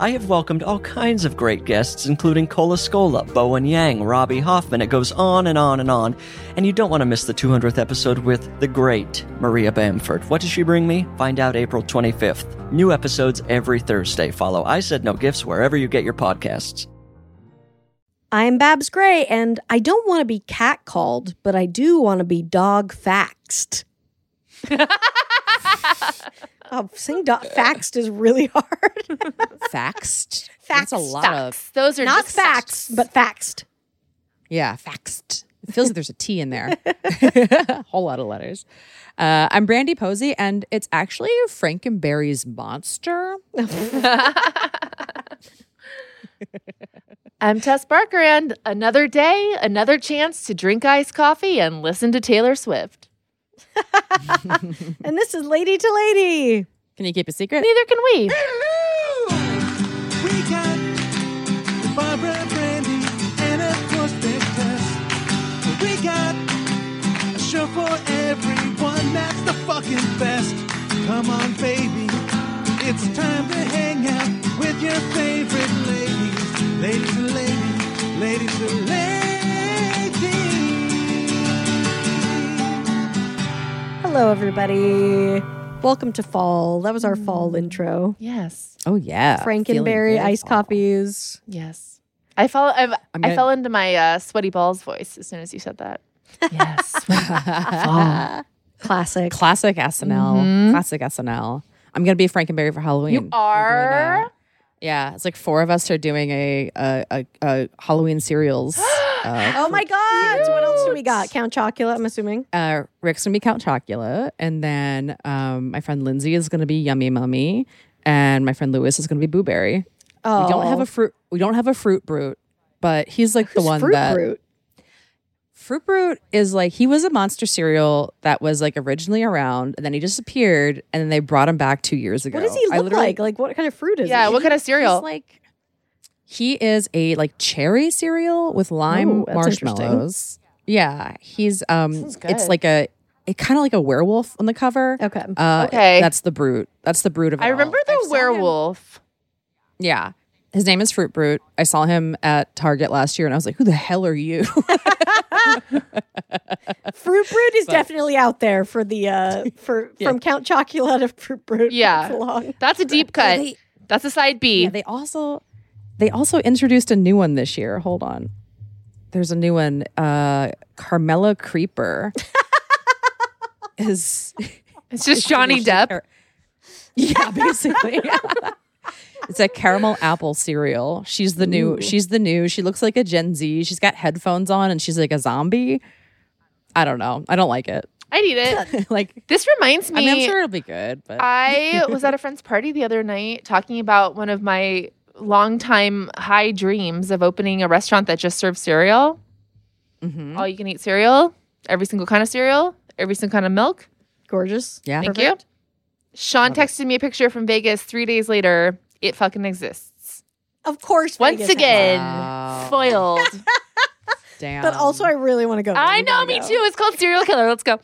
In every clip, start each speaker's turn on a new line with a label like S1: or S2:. S1: I have welcomed all kinds of great guests, including Cola Scola, Bowen Yang, Robbie Hoffman. It goes on and on and on. And you don't want to miss the 200th episode with the great Maria Bamford. What does she bring me? Find out April 25th. New episodes every Thursday. Follow I Said No Gifts wherever you get your podcasts.
S2: I'm Babs Gray, and I don't want to be catcalled, but I do want to be dog faxed. oh, saying dog faxed is really hard.
S3: faxed. That's a lot of
S4: Facts. Those are
S2: Not
S4: just
S2: faxed, but faxed.
S3: yeah, faxed. It feels like there's a T in there. Whole lot of letters. Uh, I'm Brandy Posey, and it's actually Frankenberry's monster.
S4: I'm Tess Barker, and another day, another chance to drink iced coffee and listen to Taylor Swift.
S2: And this is Lady to Lady.
S3: Can you keep a secret?
S4: Neither can we.
S5: We got Barbara Brandy and of course Big Tess. We got a show for everyone that's the fucking best. Come on, baby. It's time to hang out with your favorite ladies. Ladies and ladies, ladies and ladies.
S2: Hello, everybody. Welcome to fall. That was our fall intro.
S4: Yes,
S3: Oh yeah, Feeling
S2: Frankenberry
S3: very
S2: iced
S3: fall.
S2: coffees.
S4: yes. I fall. I've,
S3: I'm
S4: I
S3: gonna-
S4: fell into my uh, sweaty balls voice as soon as you said that. Yes. Fall.
S2: Classic.
S3: Classic SNL.
S4: Mhm.
S3: Classic SNL. I'm gonna be a Frankenberry for Halloween.
S4: you
S3: I'm doing a-
S4: are.
S3: Yeah, it's like four of us are doing a a, a, a Halloween serials. uh,
S2: oh my God. So What else do we got? Count Chocula, I'm assuming.
S3: uh, Rick's gonna be Count Chocula, and then um, my friend Lindsay is gonna be Yummy Mummy, and my friend Lewis is gonna be Booberry.
S2: Oh.
S3: We don't have a fruit. We don't have a fruit brute, but he's like the
S2: Who's
S3: one
S2: Fruit
S3: that
S2: Brute?
S3: fruit brute is like he was a monster cereal that was like originally around, and then he disappeared, and then they brought him back two years ago.
S2: What does he
S3: I
S2: look
S3: literally-
S2: like? Like, what kind of fruit is
S4: Yeah.
S2: he?
S4: What kind of cereal?
S3: He's like he is a like cherry cereal with lime
S2: Ooh, that's
S3: marshmallows. Yeah, he's um. It's
S4: Sounds good.
S3: like a it kind of like a werewolf on the cover.
S2: Okay.
S3: Uh,
S4: Okay.
S3: That's the brute. That's the brute of it
S4: I remember
S3: all. I've
S4: the
S3: seen him-
S4: werewolf.
S3: Yeah. His name is Fruit Brute. I saw him at Target last year and I was like, who the hell are you?
S2: Fruit Brute is definitely out there for the uh for from Count Chocula to Fruit Brute.
S4: Yeah.
S2: It's long.
S4: That's a deep cut.
S3: they-
S4: That's a side B.
S3: yeah, they also they also introduced a new one this year. Hold on. There's a new one. Uh Carmela Creeper is
S4: it's just Johnny Depp.
S3: Yeah, basically. It's a caramel apple cereal. She's the new. She's the new. She looks like a Gen Z. She's got headphones on and she's like a zombie. I don't know. I don't like it.
S4: I need it.
S3: like
S4: This reminds me.
S3: I mean, I'm sure it'll be good, but
S4: I was at a friend's party the other night talking about one of my longtime high dreams of opening a restaurant that just serves cereal,
S3: Mhm.
S2: Mm-hmm.
S4: all you can eat cereal, every single kind of cereal, every single kind of milk.
S2: Gorgeous.
S3: yeah,
S4: Thank you. Sean texted me a picture from Vegas three days later. It fucking exists.
S2: Of course.
S4: Once
S2: Vegas has
S4: again,
S3: Wow.
S4: foiled.
S3: damn.
S2: it. But also I really want to go. there.
S4: I
S2: We
S4: know,
S2: gotta
S4: me
S2: go.
S4: too. It's called Serial Killer. Let's go.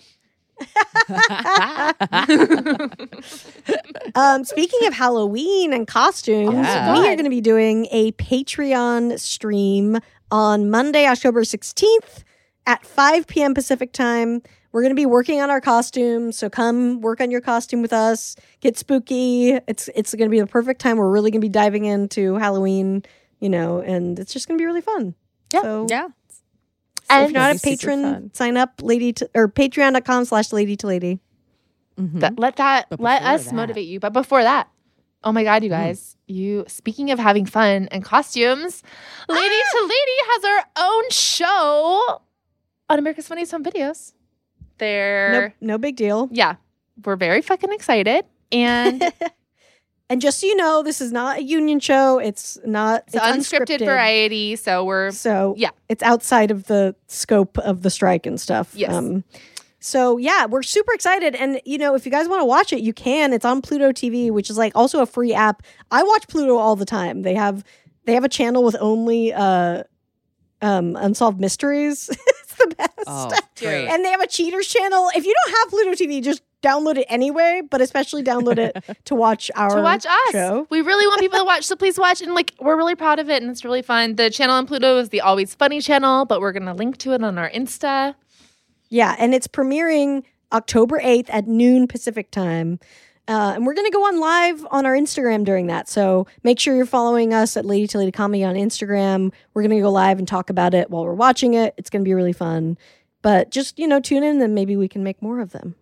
S2: Um speaking of Halloween and costumes,
S3: Yeah.
S2: we are gonna be doing a Patreon stream on Monday, October sixteenth at five PM Pacific time. We're gonna be working on our costumes, so come work on your costume with us. Get spooky. It's it's gonna be the perfect time. We're really gonna be diving into Halloween, you know, and it's just gonna be really fun.
S4: Yeah.
S2: So
S3: yeah.
S2: So if
S4: And
S2: you're not a
S3: That'd be super
S2: patron,
S3: fun.
S2: sign up lady to or patreon.com slash lady to lady.
S3: Mhm.
S4: That, let that
S3: But
S4: let
S3: before
S4: us
S3: that-
S4: motivate you. But before that, oh my god, you
S2: Mm-hmm.
S4: guys! You speaking of having fun and costumes, Lady
S2: Ah!
S4: to Lady has her own show on America's Funniest Home Videos. They're
S2: No, no big deal.
S4: yeah, we're very fucking excited and it's,
S2: And just so you know, this is not a union show. It's not it's,
S4: an unscripted,
S2: unscripted.
S4: variety. So we're
S2: So
S4: Yeah.
S2: it's outside of the scope of the strike and stuff. Um,
S4: Yes.
S2: so yeah, we're super excited, and you know, if you guys want to watch it, you can. It's on Pluto TV, which is like also a free app. I watch Pluto all the time. They have they have a channel with only uh, um, unsolved mysteries. it's the best.
S3: Oh,
S4: Dude.
S3: great.
S2: And they have a cheaters channel. If you don't have Pluto TV, just download it anyway. But especially download it to watch our
S4: to watch us.
S2: show.
S4: We really want people to watch, so please watch. And like, we're really proud of it, and it's really fun. The channel on Pluto is the Always Funny channel, but we're gonna link to it on our Insta.
S2: Yeah, and it's premiering October 8th at noon Pacific time. Uh, and we're going to go on live on our Instagram during that. So make sure you're following us at Lady to Lady Comedy on Instagram. We're going to go live and talk about it while we're watching it. It's going to be really fun. But just, you know, tune in and maybe we can make more of them.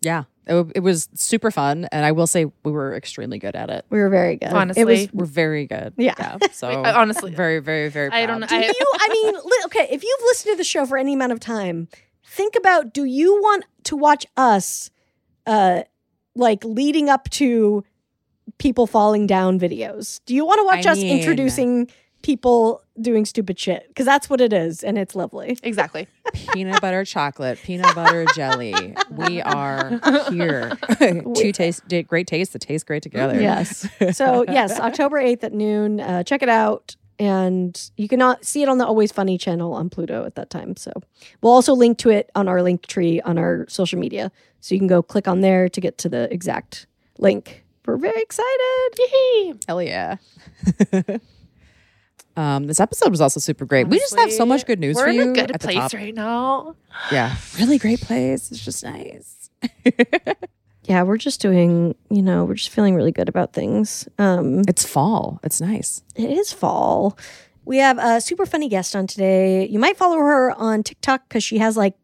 S3: yeah, it, w- it was super fun, and I will say we were extremely good at it.
S2: We were very good.
S4: Honestly.
S2: It was, Oh.
S3: We're very good.
S2: Yeah.
S3: so
S4: I- honestly-
S3: very, very, very.
S4: I don't know.
S3: proud.
S2: do
S4: I,
S2: you, I mean, li- okay, if you've listened to the show for any amount of time, think about do you want to watch us uh like leading up to people falling down videos? Do you want to watch
S3: I
S2: us
S3: mean-
S2: introducing people doing stupid shit? Because that's what it is, and it's lovely.
S4: exactly.
S3: peanut butter chocolate, peanut butter jelly. We are here. Two taste, did great taste. that taste great together.
S2: Yes. So yes, October eighth at noon. Uh, check it out, and you can uh, see it on the Always Funny channel on Pluto at that time. So we'll also link to it on our link tree on our social media, so you can go click on there to get to the exact link. We're very excited.
S4: Yay!
S3: Hell yeah. um, this episode was also super great. we just have so much good news
S4: We're
S3: for you.
S4: in a good
S3: at the
S4: place
S3: top.
S4: right now.
S3: Yeah. Really great place. It's just nice.
S2: Yeah, we're just doing. You know, we're just feeling really good about things. Um,
S3: It's fall. It's nice.
S2: It is fall. We have a super funny guest on today. You might follow her on TikTok because she has like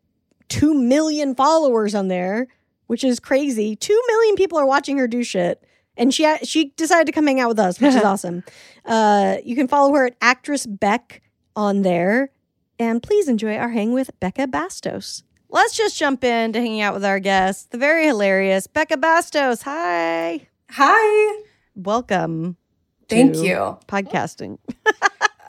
S2: 2 million followers on there, which is crazy. 2 million people are watching her do shit. And she she decided to come hang out with us, which is awesome. Uh, you can follow her at Actress Beck on there. And please enjoy our hang with Becca Bastos.
S6: Let's just jump into hanging out with our guest, the very hilarious Becca Bastos. Hi.
S7: Hi.
S6: Welcome.
S7: Thank
S6: to
S7: you.
S4: Mm.
S6: Podcasting.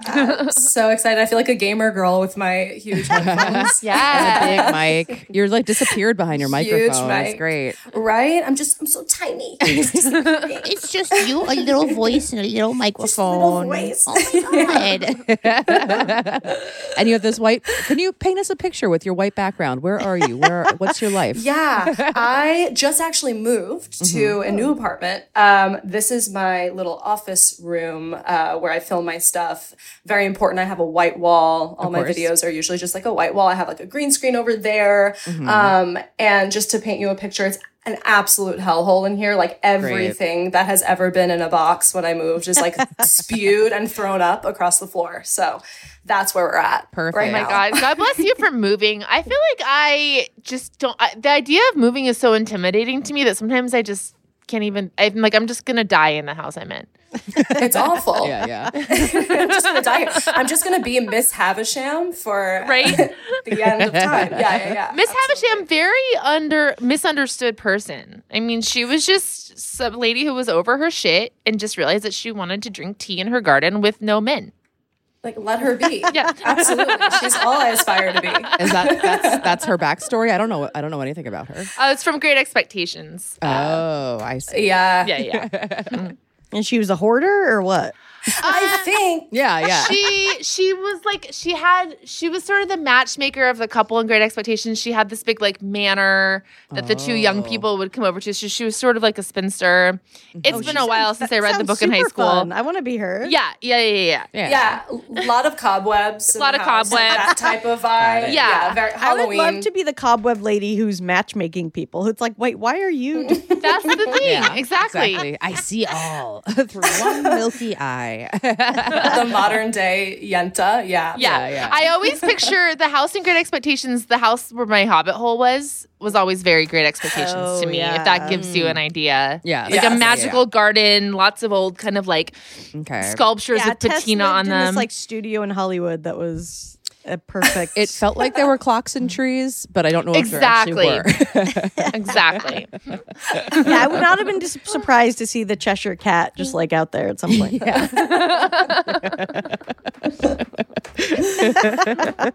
S7: I'm so excited. I feel like a gamer girl with my huge headphones.
S3: Big
S4: Yeah.
S3: Mike. You're like disappeared behind your
S7: Huge
S3: microphone. It's
S7: mic.
S3: great.
S7: Right? I'm just, I'm so tiny. Just
S8: It's just you, a little voice, and a little
S7: little
S8: microphone. Oh
S7: voice.
S8: God.
S3: and you have this white. Can you paint us a picture with your white background? Where are you? Where? What's your life? Mm-hmm. Oh.
S7: yeah. I just actually moved to a new apartment. Um, this is my little office room uh, where I film my stuff. Very important. I have a white wall. All my
S3: course.
S7: videos are usually just like a white wall. I have like a green screen over there.
S3: Mm-hmm.
S7: Um, and just to paint you a picture, it's an absolute hellhole in here. Like everything that has ever been in a box when I moved is like spewed and thrown up across the floor. So that's where we're at.
S3: Perfect.
S7: Right
S4: Oh my
S7: now.
S4: God. God bless you for moving. I feel like I just don't. I, the idea of moving is so intimidating to me that sometimes I just can't even. I'm like, I'm just gonna die in the house I'm in.
S7: It's awful.
S3: Yeah, yeah.
S7: I'm just gonna die. here. I'm just gonna be Miss Havisham for
S4: Right?
S7: the end of time. Yeah, yeah, yeah.
S4: Miss Havisham, very under misunderstood person. I mean, she was just some lady who was over her shit and just realized that she wanted to drink tea in her garden with no men.
S7: Like let her be.
S4: Yeah.
S7: absolutely. She's all I aspire to be.
S3: Is that that's that's her backstory? I don't know. I don't know anything about her.
S4: Uh, it's from Great Expectations.
S3: Oh, I see.
S7: Yeah.
S4: Yeah, yeah.
S6: And she was a hoarder or what?
S7: I think.
S3: Yeah, yeah.
S4: she she was like she had she was sort of the matchmaker of the couple in Great Expectations. She had this big like manor that the two young
S3: Oh.
S4: people would come over to. So she was sort of like a spinster. It's been a while since I read the
S6: Sounds
S4: book in high
S6: super
S4: school.
S6: fun. I want to be her.
S4: Yeah, yeah, yeah, yeah. yeah.
S3: yeah.
S7: Yeah, a lot of cobwebs. A
S4: Lot of cobwebs.
S7: That type of vibe.
S4: it. Yeah.
S7: very
S6: I would
S7: Halloween.
S6: love to be the cobweb lady who's matchmaking people. Who's like, wait, why are you? doing-"
S4: That's the thing.
S3: Yeah,
S4: exactly.
S3: I see all through one milky eye. day.
S7: the modern day Yenta. Yeah.
S3: Yeah,
S4: Yeah.
S3: yeah.
S4: I always picture the house in Great Expectations, the house where my hobbit hole was, was always very Great Expectations
S2: Oh,
S4: to me,
S2: yeah.
S4: if that gives you an idea.
S3: yeah,
S4: Like
S3: yeah,
S4: a magical
S3: yeah.
S4: garden, lots of old kind of like
S3: Okay.
S4: sculptures with
S2: Tess
S4: patina
S2: lived
S4: on
S2: in
S4: them.
S2: This like studio in Hollywood that was a perfect.
S3: It felt like there were clocks and trees, but I don't know if there actually were.
S4: exactly.
S2: yeah, I would not have been dis- surprised to see the Cheshire Cat just like out there at some point.
S3: yeah,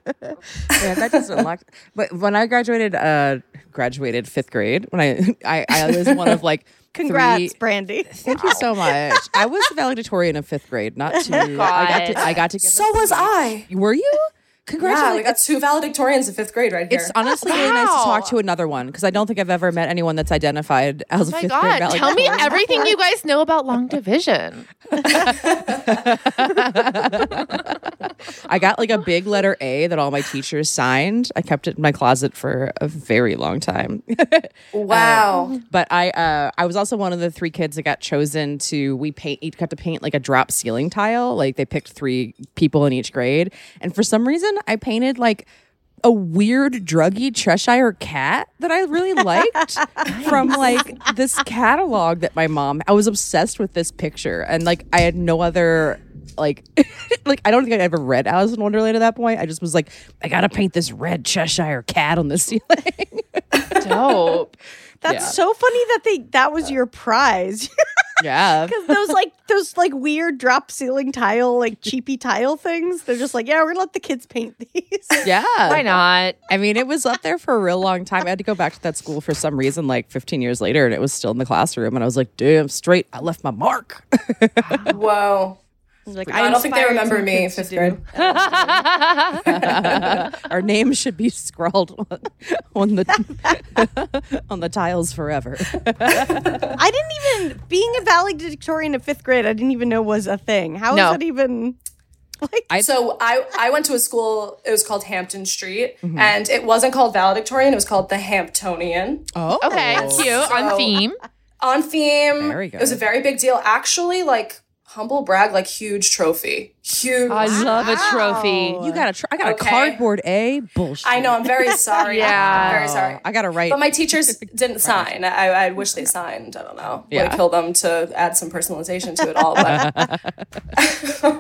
S3: that doesn't lock. But when I graduated, uh, graduated fifth grade, when I I, I was one of like
S2: Congrats,
S3: three-
S2: Brandy.
S3: Thank you so much. I was the valedictorian of fifth grade,
S4: Oh
S3: not two. I got to, I got to give.
S7: So
S3: a
S7: was
S3: speech.
S7: I.
S3: Were you?
S7: Yeah, we
S3: Congratulations.
S7: got two valedictorians in fifth grade right here.
S3: it's honestly really nice to talk to another one because I don't think I've ever met anyone that's identified as a
S4: Oh My
S3: fifth grade
S4: God, tell me
S3: valedictorian.
S4: everything you guys know about long division.
S3: I got like a big letter A that all my teachers signed. I kept it in my closet for a very long time.
S7: wow.
S3: But I uh, I was also one of the three kids that got chosen to we paint each got to paint like a drop ceiling tile. Like they picked three people in each grade. And for some reason I painted like a weird druggy Cheshire cat that I really liked from like this catalog that my mom I was obsessed with this picture and like I had no other like like I don't think I'd ever read Alice in Wonderland at that point. I just was like, I gotta paint this red Cheshire cat on the ceiling.
S4: Dope.
S2: That's so funny that they that was your prize.
S3: yeah.
S2: those like those like weird drop ceiling tile like cheapy tile things. They're just like, yeah, we're gonna let the kids paint these.
S3: Yeah.
S4: Why not?
S3: I mean, it was up there for a real long time. I had to go back to that school for some reason, like 15 years later, and it was still in the classroom. And I was like, damn, straight, I left my mark.
S7: Whoa.
S2: Like,
S7: I don't think they
S2: inspired
S7: remember
S2: some
S7: me in
S2: kids to
S7: fifth
S2: do.
S7: grade.
S3: Our names should be scrawled on, on the on the tiles forever.
S2: I didn't even being a valedictorian of fifth grade. I didn't even know was a thing. How is
S4: No.
S2: that even?
S7: so I, I went to a school, it was called Hampton Street,
S4: Mm-hmm.
S7: and it wasn't called valedictorian, it was called the Hamptonian.
S3: Oh,
S4: Okay, cute,
S7: So-
S4: on theme.
S7: On theme.
S3: Very
S7: It was a
S3: good.
S7: very big deal. Actually, like humble brag, like huge trophy. Huge
S4: I love a trophy.
S3: You got a tr- I got
S7: Okay.
S3: a cardboard A bullshit. Uh,
S7: I know, I'm very sorry.
S4: Yeah.
S7: I'm very sorry.
S3: I got to write.
S7: But my teachers didn't sign. I, I wish they signed. I don't know. Would
S3: Yeah.
S7: have killed them to add some personalization to it all.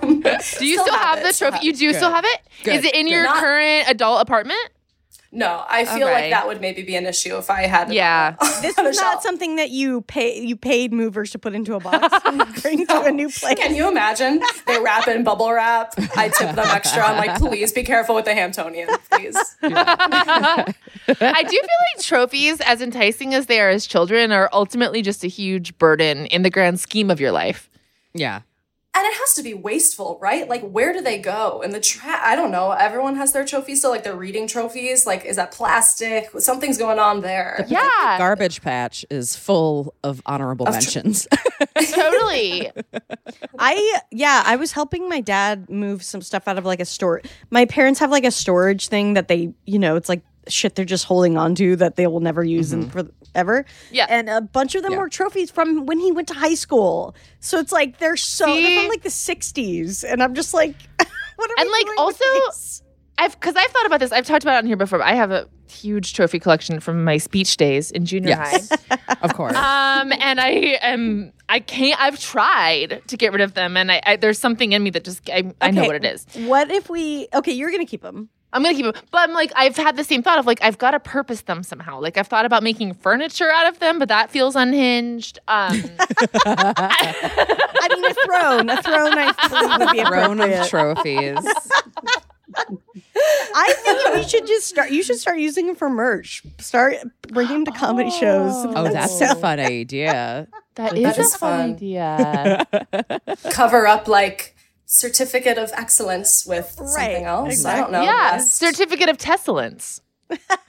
S7: But
S4: Do you still, have, the trophy? you do still have it? Is it in your
S7: Not-
S4: current adult apartment?
S7: no, I feel
S4: Alright.
S7: like that would maybe be an issue if I had. it
S4: Yeah.
S7: on a-
S2: This
S7: on a
S2: was not
S7: shelf.
S2: something that you pay you paid movers to put into a box and bring to a new place.
S7: Can you imagine? They wrap in bubble wrap. I tip them extra. I'm like, please be careful with the Hamptonian, please.
S4: I do feel like trophies, as enticing as they are as children, are ultimately just a huge burden in the grand scheme of your life.
S3: yeah.
S7: And it has to be wasteful, right? Like, where do they go? And the trash, I don't know. Everyone has their trophies still, like their reading trophies. Like, is that plastic? Something's going on there.
S4: Yeah,
S3: Garbage patch is full of honorable mentions.
S4: totally.
S2: I yeah, I was helping my dad move some stuff out of like a store. My parents have like a storage thing that they, you know, it's like shit they're just holding on to that they will never use and for ever.
S4: Mm-hmm. Yeah.
S2: And a bunch of them were trophies from when he went to high school. So it's like they're so they're
S4: See?
S2: from like the 60s and I'm just like what are
S4: And,
S2: we
S4: like,
S2: doing with
S4: also-
S2: these?
S4: I've because I've thought about this. I've talked about it on here before. But I have a huge trophy collection from my speech days in junior
S3: Yes.
S4: high.
S3: of course.
S4: Um, and I am I can't. I've tried to get rid of them, and I, I there's something in me that just I, I know
S2: Okay.
S4: what it is.
S2: What if we Okay, you're going to keep them.
S4: I'm gonna keep them, but I'm like I've had the same thought of like I've got to purpose them somehow. Like I've thought about making furniture out of them, but that feels unhinged. Um,
S2: I mean a throne, a throne I believe would be
S3: Throne of
S2: appropriate.
S3: trophies.
S2: I think we should just start. You should start using them for merch. Start bringing them to comedy shows.
S3: Oh, that's a fun idea.
S4: that
S7: That
S4: is
S7: is
S4: a fun
S7: fun.
S4: idea.
S7: Cover up, like, certificate of excellence with something else. I don't know.
S4: yeah,
S7: Yes.
S4: certificate of tesselance.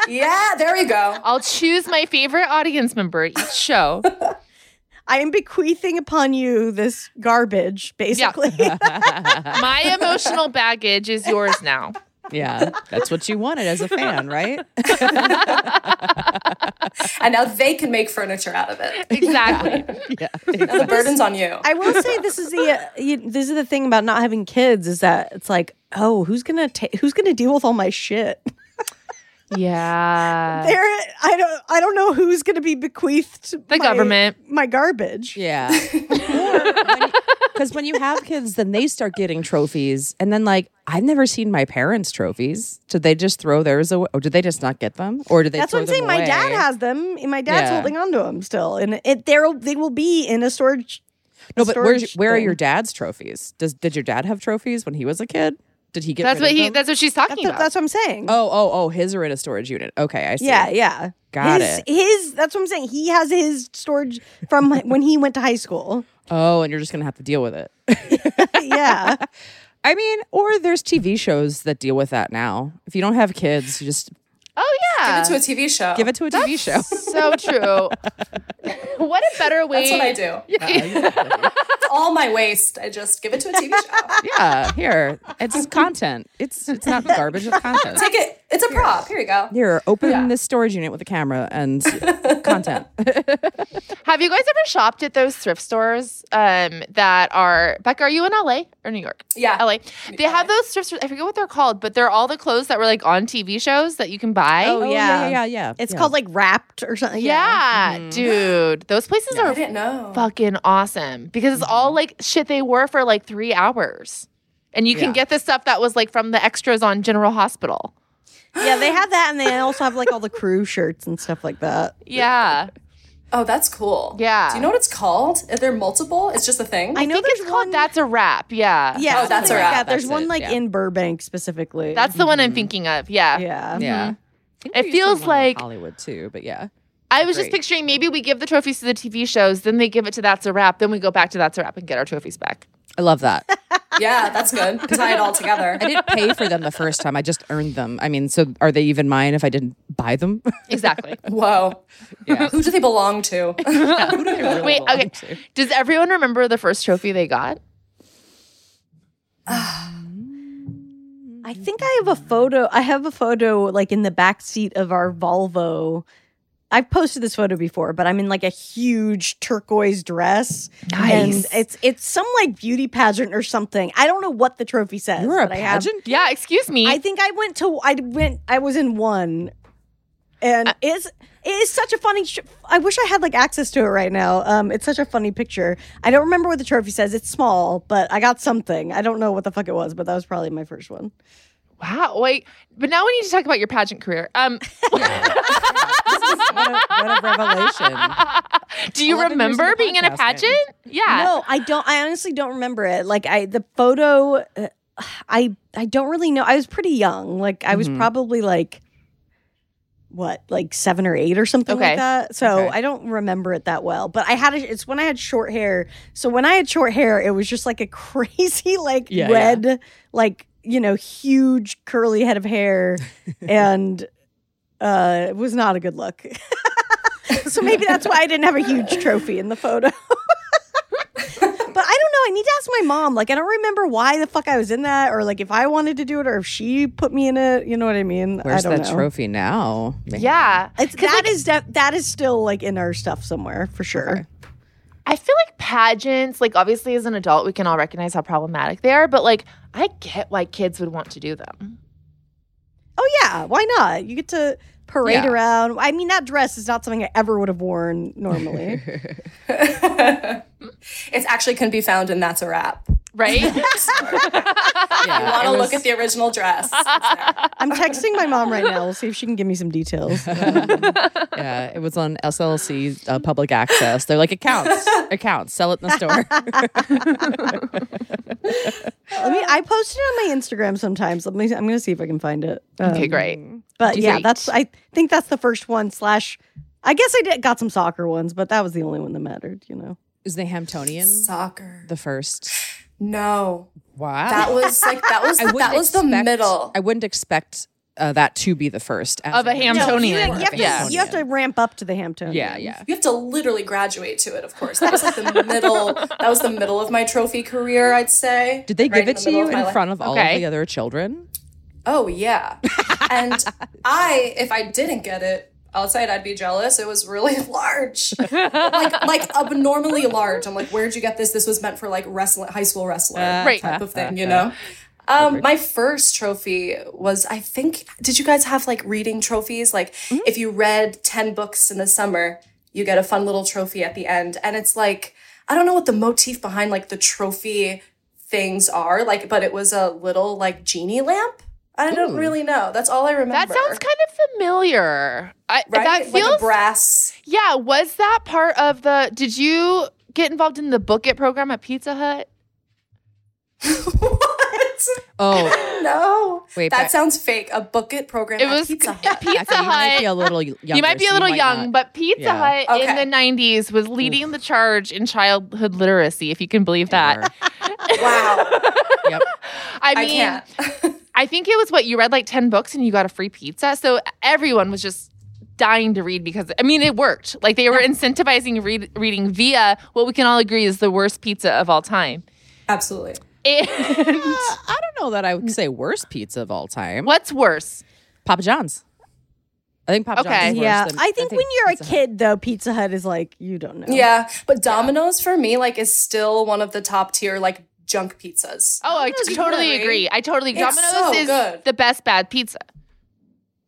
S7: yeah, there we go.
S4: I'll choose my favorite audience member each show.
S2: I am bequeathing upon you this garbage, basically.
S4: My emotional baggage is yours now.
S3: Yeah, that's what you wanted as a fan, right?
S7: and now they can make furniture out of it.
S4: Exactly.
S3: yeah.
S7: Now the burden's on you.
S2: I will say this is the uh, you, this is the thing about not having kids is that it's like oh who's gonna ta- who's gonna deal with all my shit
S4: Yeah.
S2: there I don't I don't know who's gonna be bequeathed
S4: the
S2: my-
S4: government.
S2: my garbage
S3: Yeah. Because when you have kids, then they start getting trophies. And then, like, I've never seen my parents' trophies. Did they just throw theirs away? Or did they just not get them? Or did they
S2: That's what
S3: throw
S2: I'm saying.
S3: them
S2: My dad
S3: away?
S2: has them. and My dad's
S3: Yeah.
S2: holding on to them still, and it there they will be in a storage.
S3: No, but
S2: storage
S3: where's, where are
S2: thing.
S3: your dad's trophies? Does Did your dad have trophies when he was a kid? Did he get
S4: That's
S3: rid
S4: what
S3: of
S4: he.
S3: them?
S4: That's what she's talking
S2: That's,
S4: about.
S2: that's what I'm saying.
S3: Oh, oh, oh, his are in a storage unit. Okay, I see.
S2: yeah, yeah.
S3: Got
S2: his,
S3: it.
S2: His. That's what I'm saying. He has his storage from when he went to high school.
S3: Oh, and you're just going to have to deal with it.
S2: yeah.
S3: I mean, or there's TV shows that deal with that now. If you don't have kids, you just
S4: oh yeah.
S7: Give it to a TV show.
S3: give it to a TV show.
S4: so true. what a better way.
S7: That's what I do. It's all my waste. I just give it to a TV show.
S3: yeah, here. It's content. It's it's not garbage, it's content.
S7: Take it. It's a prop. Here you go.
S3: Here, open this storage unit with a camera and content. Oh,
S4: Have you guys ever shopped at those thrift stores um, that are Becca? Are you in LA or New York?
S7: Yeah.
S4: LA. They have those thrift stores. I forget what they're called, but they're all the clothes that were like on TV shows that you can buy.
S2: Oh, yeah.
S3: yeah, yeah, yeah.
S2: It's
S3: yeah.
S2: called like wrapped or something.
S4: yeah,
S2: Mm-hmm.
S4: dude. Those places
S7: I
S4: are
S7: didn't know.
S4: fucking awesome because it's
S2: Mm-hmm.
S4: all like shit they wore for like three hours. And you
S3: Yeah.
S4: can get the stuff that was like from the extras on General Hospital.
S2: yeah. They have that, and they also have like all the crew shirts and stuff like that.
S4: Yeah.
S7: Oh, that's cool.
S4: Yeah.
S7: Do you know what it's called? Are there multiple? It's just a thing.
S2: I know
S4: I think it's
S2: there's
S4: called
S2: one.
S4: That's a Wrap. Yeah.
S2: yeah,
S7: Oh, that's
S2: something like
S7: a wrap.
S2: that. There's
S3: That's
S2: one
S3: it,
S2: like
S3: yeah.
S2: in Burbank specifically.
S4: That's the one I'm thinking of. Yeah.
S2: yeah.
S3: Yeah.
S4: It feels like-
S3: Hollywood too, but yeah.
S4: I was just
S3: Great.
S4: picturing maybe we give the trophies to the TV shows, then they give it to That's a Wrap, then we go back to That's a Wrap and get our trophies back.
S3: I love that.
S7: yeah, that's good. Tie it all together.
S3: I didn't pay for them the first time. I just earned them. I mean, so are they even mine if I didn't buy them?
S4: Exactly.
S7: Whoa. Who do they belong to?
S4: Wait, okay. Does everyone remember the first trophy they got?
S2: I think I have a photo. I have a photo like in the back seat of our Volvo. I've posted this photo before, but I'm in like a huge turquoise dress, and it's it's some like beauty pageant or something. I don't know what the trophy says.
S3: You're a
S2: but I have-
S3: pageant?
S4: Yeah, excuse me.
S2: I think I went to I went I was in one, and
S3: Uh,
S2: it's it is such a funny. Sh- I wish I had like access to it right now. Um, it's such a funny picture. I don't remember what the trophy says. It's small, but I got something. I don't know what the fuck it was, but that was probably my first one.
S4: wow. Wait, but now we need to talk about your pageant career. Um,
S3: what, a, what a revelation.
S4: do you
S3: 11 years
S4: remember
S3: into
S4: being in a
S3: podcasting.
S4: pageant? Yeah.
S2: No, I don't. I honestly don't remember it. Like I, the photo, uh, I, I don't really know. I was pretty young. Like I was
S3: Mm-hmm.
S2: probably like, what, like seven or eight or something
S4: Okay.
S2: like that. So
S3: Okay.
S2: I don't remember it that well. But I had a, it's when I had short hair. So when I had short hair, it was just like a crazy like
S3: Yeah, yeah.
S2: red, like you know, huge curly head of hair, and uh, it was not a good look. so maybe that's why I didn't have a huge trophy in the photo. But I don't know. I need to ask my mom. Like, I don't remember why the fuck I was in that, or like if I wanted to do it, or if she put me in it. You know what I mean?
S3: Where's
S2: I don't
S3: that
S2: know.
S3: trophy now? Man.
S4: Yeah.
S2: It's that is def- that is still like in our stuff somewhere for sure.
S4: I feel like pageants, like obviously as an adult, we can all recognize how problematic they are, but like I get why kids would want to do them.
S2: Oh yeah, why not? You get to parade
S3: Yeah.
S2: around. I mean, that dress is not something I ever would have worn normally.
S7: It's actually can be found in That's a Wrap.
S4: Right?
S7: you want to look at the original dress. It's there.
S2: I'm texting my mom right now. We'll see if she can give me some details.
S3: Yeah, it was on SLC uh, public access. They're like, it counts. It counts. Sell it in the store.
S2: Let me. I post it on my Instagram sometimes. Let me. I'm gonna see if I can find it.
S4: okay,
S2: Um,
S4: great.
S2: But
S4: Do you
S2: yeah,
S4: think-
S2: that's. I think that's the first one. Slash. I guess I did got some soccer ones, but that was the only one that mattered. You know.
S3: Is the Hamptonian
S7: Soccer.
S3: the first?
S7: No.
S3: Wow.
S7: That was like, that was,
S3: I wouldn't
S7: that was the
S3: expect-
S7: middle.
S3: I wouldn't expect uh, that to be the first. as
S4: Of a Hamptonian.
S2: You have, to,
S4: Yeah.
S2: you have to ramp up to the Hamptonian.
S3: Yeah, yeah.
S7: you have to literally graduate to it, of course. That was like the middle, that was the middle of my trophy career, I'd say.
S3: Did they
S7: Right
S3: give it
S7: the
S3: to
S7: middle
S3: you
S7: of my
S3: in
S7: life.
S3: front of all
S4: Okay.
S3: of the other children?
S7: Oh yeah. and I, if I didn't get it outside, I'd be jealous. It was really large, like like abnormally large. I'm like, where'd you get this? This was meant for like wrestling, high school wrestler,
S3: Uh,
S4: Right.
S7: type of thing, you know. Um, my first trophy was, I think, did you guys have like reading trophies? Like,
S4: Mm-hmm.
S7: if you read 10 books in the summer, you get a fun little trophy at the end. And it's like, I don't know what the motif behind like the trophy things are, like, but it was a little like genie lamp. I don't really know. That's all I remember.
S4: That sounds kind of familiar. I,
S7: right?
S4: That feels
S7: like a brass.
S4: Yeah, was that part of the? Did you get involved in the Book It program at Pizza Hut?
S7: what?
S3: Oh,
S7: No.
S3: Wait,
S7: that
S3: but-
S7: sounds fake. A bucket program.
S4: It
S7: at
S4: was
S7: Pizza
S4: yeah,
S7: Hut.
S4: Pizza
S3: Becca, you might
S4: Hut.
S3: be a little younger.
S4: you might be a
S3: so
S4: little
S3: might
S4: young,
S3: not.
S4: but Pizza
S3: Yeah.
S4: Hut in
S7: Okay.
S4: the '90s was leading the charge in childhood literacy. If you can believe that.
S7: wow.
S3: Yep.
S4: I
S7: I
S4: mean,
S7: can't.
S4: I think it was what you read like 10 books and you got a free pizza. So everyone was just dying to read because I mean it worked. Like they were incentivizing read, reading via what we can all agree is the worst pizza of all time.
S7: Absolutely.
S4: And
S3: Uh, I don't know that I would say worst pizza of all time.
S4: what's worse?
S3: Papa John's. I think Papa
S4: Okay.
S3: John's. Is worse
S2: yeah,
S3: than-
S2: I think when you're
S3: Pizza
S2: a
S3: Hut.
S2: kid, though, Pizza Hut is like you don't know.
S7: Yeah, but Domino's for me like is still one of the top tier like junk pizzas.
S4: Oh, I
S7: Domino's, you
S4: totally
S7: agree.
S4: agree. I totally agree.
S7: It's
S4: Domino's
S7: so
S4: is
S7: good.
S4: the best bad pizza.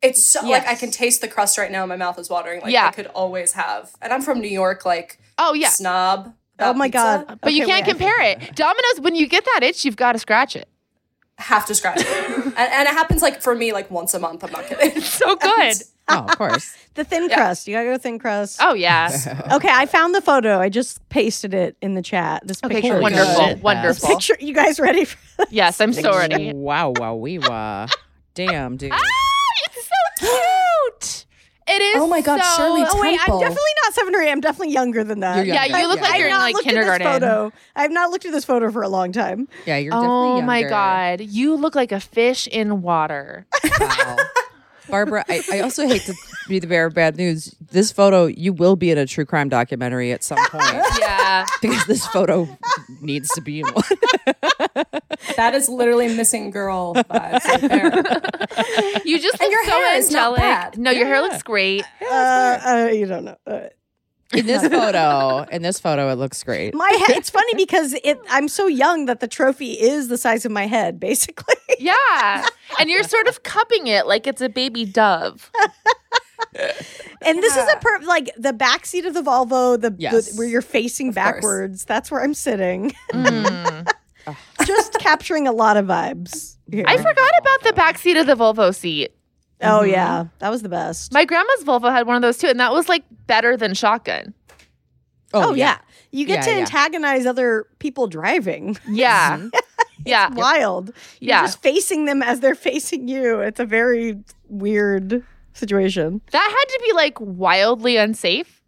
S7: It's so like
S2: Yes.
S7: I can taste the crust right now. My mouth is watering. Like
S4: Yeah.
S7: I could always have. And I'm from New York. Like
S4: Oh yeah.
S7: snob.
S2: Oh
S7: about
S2: my
S7: pizza.
S2: god!
S4: But you
S2: Okay,
S4: can't
S2: wait.
S4: compare it. Domino's when you get that itch, you've got to scratch it.
S7: Have to scratch it, and, and it happens like for me like once a month. I'm not kidding.
S4: So good.
S3: Oh, of course.
S2: The thin crust. You gotta go thin crust.
S4: Oh yeah.
S2: Okay, I found the photo. I just pasted it in the chat. This
S4: Okay,
S2: picture.
S4: wonderful.
S3: Good.
S2: This
S4: Wonderful.
S2: picture. You guys ready for this?
S4: Yes, I'm so ready.
S3: Wow, wow, we wah. Damn, dude.
S4: Ah, It's so cute. It is.
S7: Oh my God,
S4: so,
S7: Shirley,
S2: Oh wait, I'm
S7: Temple.
S2: definitely not seven or eight. I'm definitely younger than that.
S3: You're
S4: Yeah,
S3: younger.
S4: Uh, you look
S3: Yeah.
S4: like
S2: I've
S4: you're in
S2: not
S4: like
S2: looked at this
S4: kindergarten.
S2: photo. I've not looked at this photo for a long time.
S3: Yeah, you're definitely
S4: Oh my
S3: younger.
S4: god, you look like a fish in water.
S3: Wow. Barbara, I, I also hate to be the bearer of bad news. This photo, you will be in a true crime documentary at some point
S4: yeah.
S3: because this photo needs to be in one.
S7: that is literally missing girl vibes. Right there.
S4: You just look
S7: your
S4: so
S7: hair is not
S4: angelic.
S7: bad.
S4: No, your hair looks great.
S2: Uh, uh, you don't know. Uh,
S3: In this photo, in this photo, it looks great.
S2: my head. It's funny because it. I'm so young that the trophy is the size of my head, basically.
S4: Yeah. And you're sort of cupping it like it's a baby dove.
S2: And this is a per like the back seat of the Volvo, the, the-
S3: Yes.
S2: where you're facing
S7: course.
S2: backwards. That's where I'm sitting.
S4: Mm.
S2: Just capturing a lot of vibes. here.
S4: I forgot about the back seat of the Volvo seat.
S2: oh yeah, that was the best.
S4: My grandma's Volvo had one of those too, and that was like better than shotgun.
S2: oh yeah. you get
S3: Yeah,
S2: to
S3: yeah.
S2: antagonize other people driving.
S4: Yeah.
S7: Mm-hmm.
S4: Yeah.
S2: Wild. You're
S4: Yeah.
S2: just facing them as they're facing you. It's a very weird situation.
S4: That had to be like wildly unsafe.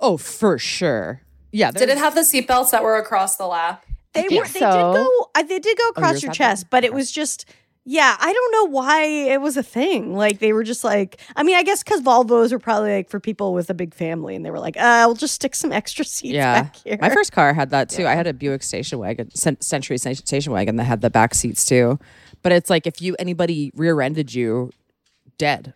S3: Oh, for sure. Yeah.
S7: Did it
S3: there's-
S7: have the seatbelts that were across the lap?
S2: They
S4: think
S2: were. They
S4: so.
S2: did go. I they did go across
S3: Oh, yours
S2: your
S3: had
S2: chest,
S3: them?
S2: but it
S3: Okay.
S2: was just. Yeah, I don't know why it was a thing. Like they were just like, I mean, I guess because Volvos were probably like for people with a big family, and they were like, uh, we'll just stick some extra seats
S3: Yeah.
S2: back here.
S3: My first car had that too. I had a Buick station wagon, cen- Century sta- station wagon that had the back seats too. But it's like if you anybody rear-ended you, dead.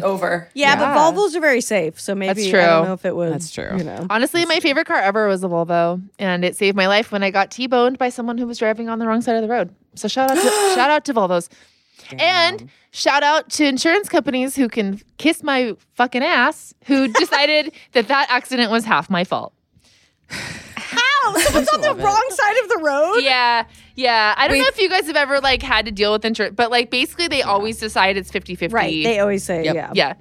S7: Over.
S2: yeah, but Volvos are very safe, so maybe I
S4: true.
S2: don't know if it was.
S3: That's true.
S2: You know,
S4: Honestly, my favorite car ever was a Volvo, and it saved my life when I got T-boned by someone who was driving on the wrong side of the road. So shout out to shout out to Volvos. And shout out to insurance companies who can kiss my fucking ass who decided that that accident was half my fault.
S2: how someone's on the wrong side of the road?
S4: Yeah. Yeah, I don't know if you guys have ever like had to deal with insurance, but like basically they always decide it's 50-50.
S2: Right. They always say,
S3: Yep.
S2: yeah.
S4: yeah.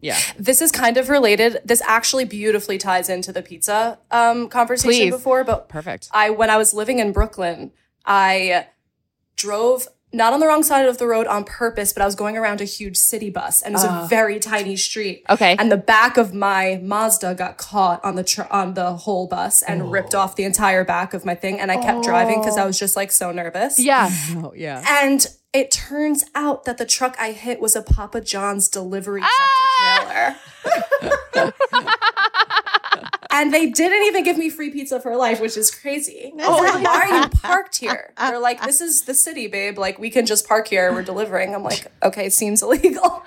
S3: Yeah.
S7: This is kind of related. This actually beautifully ties into the pizza um, conversation
S4: Please.
S7: before, but
S3: Perfect.
S7: I when I was living in Brooklyn, I drove not on the wrong side of the road on purpose, but I was going around a huge city bus and it was a very tiny street.
S4: Ah. Okay.
S7: And the back of my Mazda got caught on the tr- on the whole bus and ripped off the entire back of my thing and I kept driving cuz I was just like so nervous.
S4: Yeah.
S3: Oh yeah.
S7: And it turns out that the truck I hit was a Papa John's delivery tractor trailer. And they didn't even give me free pizza for life, which is crazy. I was like, why are you parked here? They're like, this is the city, babe. Like, we can just park here. We're delivering. I'm like, okay, seems illegal.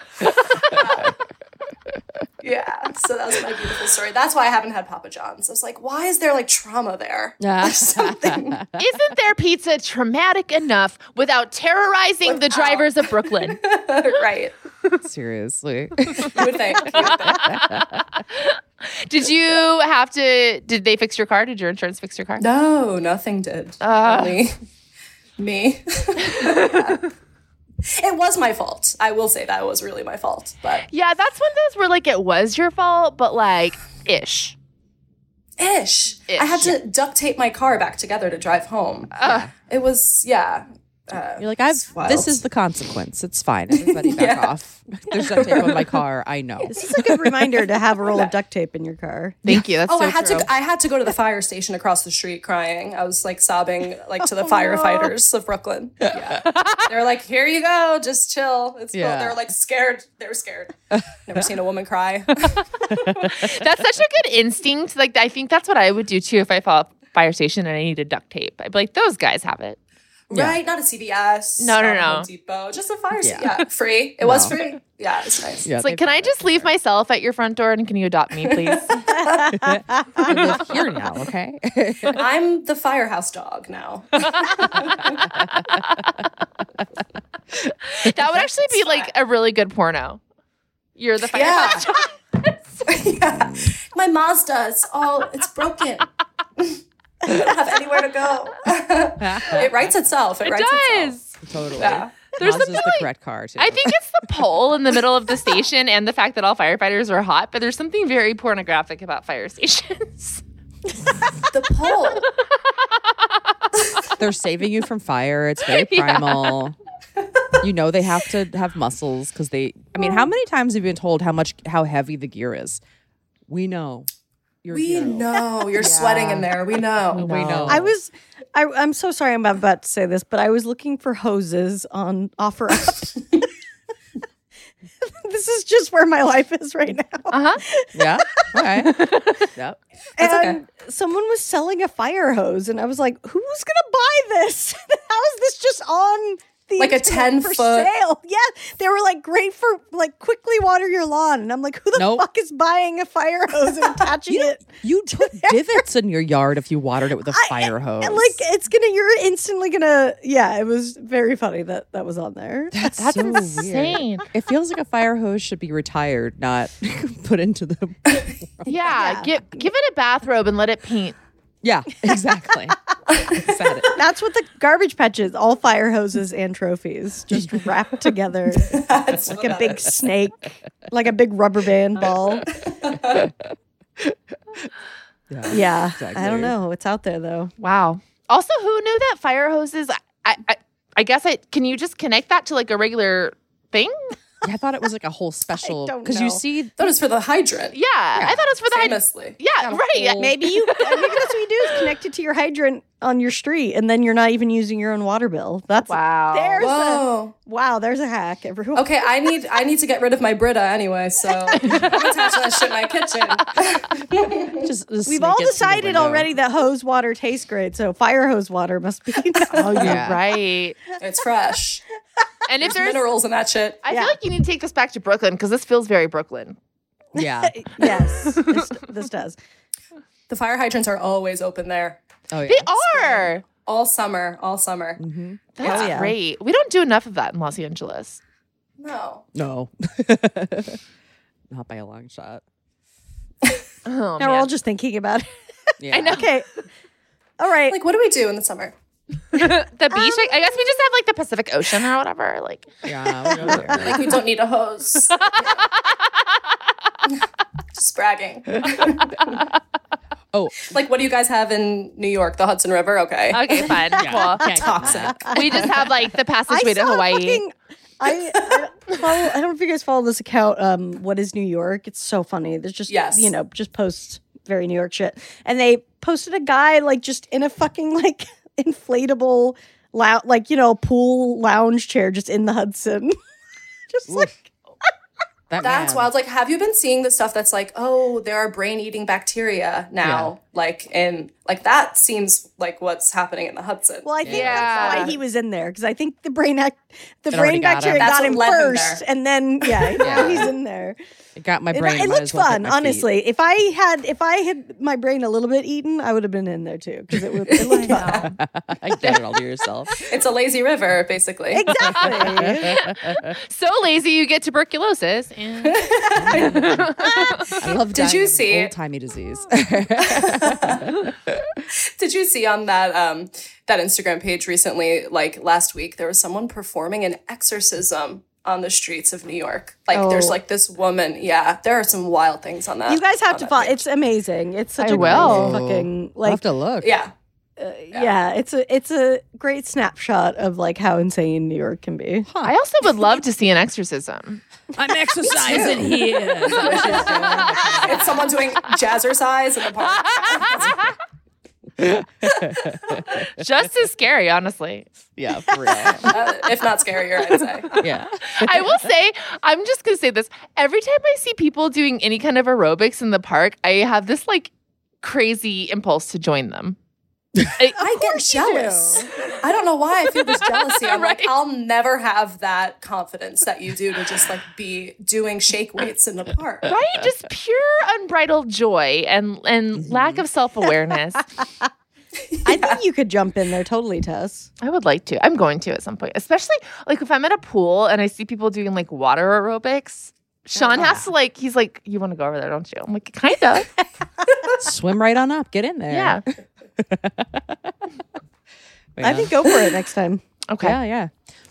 S7: yeah. So that was my beautiful story. That's why I haven't had Papa John's. I was like, why is there like trauma there?
S3: Ah.
S4: Isn't their pizza traumatic enough without terrorizing the drivers of Brooklyn?
S7: right.
S3: Seriously.
S7: You would think. You would think.
S4: Did you have to? Did they fix your car? Did your insurance fix your car?
S7: No, nothing did. Only me. Yeah. It was my fault. I will say that it was really my fault. But
S4: Yeah, that's one of those where like it was your fault, but like ish.
S7: ish, I had to duct tape my car back together to drive home. it was yeah. Uh,
S3: You're like, I've.
S7: it's wild.
S3: This is the consequence. It's fine. Everybody back off. There's duct tape on my car. I know.
S2: This is a good reminder to have a roll of duct tape in your car.
S4: Thank you. That's
S7: Oh,
S4: so
S7: I had
S4: true.
S7: to. I had to go to the fire station across the street crying. I was like sobbing, like to the firefighters of Brooklyn. Yeah, they were like, "Here you go, just chill." It's cool.
S3: Yeah.
S7: They were like scared. They were scared. Never seen a woman cry.
S4: that's such a good instinct. Like I think that's what I would do too if I saw a fire station and I needed duct tape. I'd be like, those guys have it.
S7: Right? Not a CVS.
S4: No, no,
S7: not a
S4: no.
S7: Home Depot. Just a fire. Yeah, yeah free. It was free. Yeah, it's nice.
S3: Yeah,
S4: It's like, can I just leave myself at your front door and can you adopt me, please?
S3: I live here now? Okay.
S7: I'm the firehouse dog now.
S4: that would actually be like a really good porno. You're the fire.
S7: Yeah. yeah. My Mazda is all it's broken. I don't have anywhere to go. it writes itself. It,
S4: It
S7: writes itself.
S4: does.
S3: totally.
S7: Yeah.
S4: There's
S3: Mazda's
S4: something
S3: the
S4: like-
S3: correct car too.
S4: I think it's the pole in the middle of the station and the fact that all firefighters are hot, but there's something very pornographic about fire stations.
S7: The pole.
S3: they're saving you from fire. It's very primal. You know they have to have muscles because they. I mean, how many times have you been told how much how heavy the gear is? We know. You're
S7: We know you're sweating in there. We know.
S3: We know.
S2: I was, I, I'm so sorry I'm about to say this, but I was looking for hoses on offer up. this is just where my life is right now.
S7: Ah,
S3: Yeah. Okay. yep.
S2: and someone was selling a fire hose, and I was like, who's gonna buy this? How is this just on? The
S7: Like a
S2: internet
S7: 10
S2: for
S7: foot-
S2: sale. Yeah. They were like great for like quickly water your lawn. And I'm like, who the
S3: Nope.
S2: fuck is buying a fire hose and attaching it?
S3: You put divots in your yard if you watered it with a
S2: I-
S3: fire hose.
S2: And like it's gonna you're instantly gonna yeah, it was very funny that that was on there.
S3: that's, so weird.
S4: Insane.
S3: It feels like a fire hose should be retired, not put into the.
S4: Yeah, Give, give it a bathrobe and let it paint.
S3: Yeah, exactly. I said it.
S2: That's what the garbage patch is. All fire hoses and trophies just wrapped together
S7: That's
S2: like a big snake, like a big rubber band ball.
S3: Yeah.
S2: Yeah.
S3: Exactly.
S2: I don't know. It's out there though.
S4: Wow. Also, who knew that fire hoses? I, I, I guess I can you just connect that to like a regular thing?
S3: Yeah, I thought it was like a whole special
S2: don't
S3: because you
S2: know.
S3: see
S7: That was for the hydrant.
S4: Yeah, I thought it was for the hyd-
S7: Famously.
S4: yeah, right.
S2: Maybe you maybe that's what you do is connect it to your hydrant on your street and then you're not even using your own water bill. That's
S4: Wow.
S2: There's a
S7: Whoa.
S2: wow, there's a hack, everyone.
S7: Okay, I need I need to get rid of my Brita anyway, so I'm gonna attach that shit in my kitchen.
S3: just, just
S2: We've
S3: sneak
S2: all
S3: it through the
S2: decided
S3: window.
S2: already that hose water tastes great, so fire hose water must be.
S4: Oh, you're
S3: Yeah.
S4: right.
S7: It's fresh.
S4: And if there's,
S7: Minerals in that shit.
S4: I
S2: Yeah.
S4: feel like you need to take this back to Brooklyn because this feels very Brooklyn.
S3: Yeah.
S2: yes, this, this does.
S7: The fire hydrants are always open there.
S3: Oh yeah.
S4: They are.
S7: All summer, all summer.
S3: mm-hmm.
S4: That's
S2: Oh, yeah.
S4: great. We don't do enough of that in Los Angeles.
S7: No.
S3: No. Not by a long shot.
S4: Oh,
S2: now we're
S4: man.
S2: all just thinking about it.
S3: Yeah.
S4: know.
S2: Okay. All right.
S7: Like, what do we do in the summer?
S4: the beach.
S2: Um,
S4: I, I guess we just have like the Pacific Ocean or whatever. Like,
S3: Yeah. we go there.
S7: Like, we don't need a hose. Just bragging.
S3: Oh.
S7: Like, what do you guys have in New York? The Hudson River? Okay.
S4: okay, fun, cool.
S7: Toxic.
S4: We just have like the passageway to
S2: saw a
S4: Hawaii.
S2: fucking- I, I follow. I don't know if you guys follow this account. Um, what is New York? It's so funny. There's just
S7: Yes.
S2: you know just posts very New York shit, and they posted a guy like just in a fucking like inflatable lounge, like you know pool lounge chair, just in the Hudson, just like
S3: That
S7: That's
S3: man.
S7: wild. Like, have you been seeing the stuff that's like, oh, there are brain eating bacteria now? Like, in like that seems like what's happening in the Hudson.
S2: Well, I think
S4: Yeah.
S2: that's why he was in there because I think the brain act, the
S3: It already
S2: brain
S3: got
S2: bacteria
S3: him.
S7: That's
S2: got
S7: what
S2: him
S7: led him
S2: first,
S7: there.
S2: and then yeah,
S3: Yeah.
S2: he's in there.
S3: It got my
S2: It-
S3: brain.
S2: it
S3: might
S2: looked
S3: as well get
S2: fun,
S3: my feet.
S2: honestly. If I had, if I had my brain a little bit eaten, I would have been in there too because it, would- it looked fun.
S3: I get it all to yourself.
S7: It's a lazy river, basically.
S2: Exactly.
S4: So lazy you get tuberculosis. And
S3: I love
S7: Did you see-
S3: old timey disease?
S7: Did you see on that um that Instagram page recently, like last week, there was someone performing an exorcism on the streets of New York. Like there's
S4: Oh.
S7: like this woman. Yeah, there are some wild things on that.
S2: you guys have
S7: on
S2: to
S7: that
S2: follow.
S7: page.
S2: It's amazing. It's such
S4: I
S2: a great
S4: will.
S2: fucking
S3: I'll have
S2: like
S3: to look.
S7: yeah.
S2: yeah. It's a it's a great snapshot of like how insane New York can be.
S4: I also would love to see an exorcism.
S3: I'm exercising here.
S7: it's someone doing jazzercise in the park.
S4: Just as scary, honestly.
S3: yeah, for real.
S7: Uh, if not scarier, I'd say.
S3: Yeah.
S4: I will say, I'm just going to say this. Every time I see people doing any kind of aerobics in the park, I have this like crazy impulse to join them.
S7: I get jealous. I don't know why I feel this jealousy. I'm like, I'll never have that confidence that you do to just like be doing shake weights in the park.
S4: Right? Just pure unbridled joy and and lack of self-awareness.
S2: I think you could jump in there totally, Tess.
S4: I would like to. I'm going to at some point. Especially like if I'm at a pool and I see people doing like water aerobics. Sean has to like he's like, You want to go over there, don't you? I'm like, kind of.
S3: Swim right on up. Get in there.
S4: yeah.
S2: I think go for it next time.
S4: Okay.
S3: Yeah, yeah.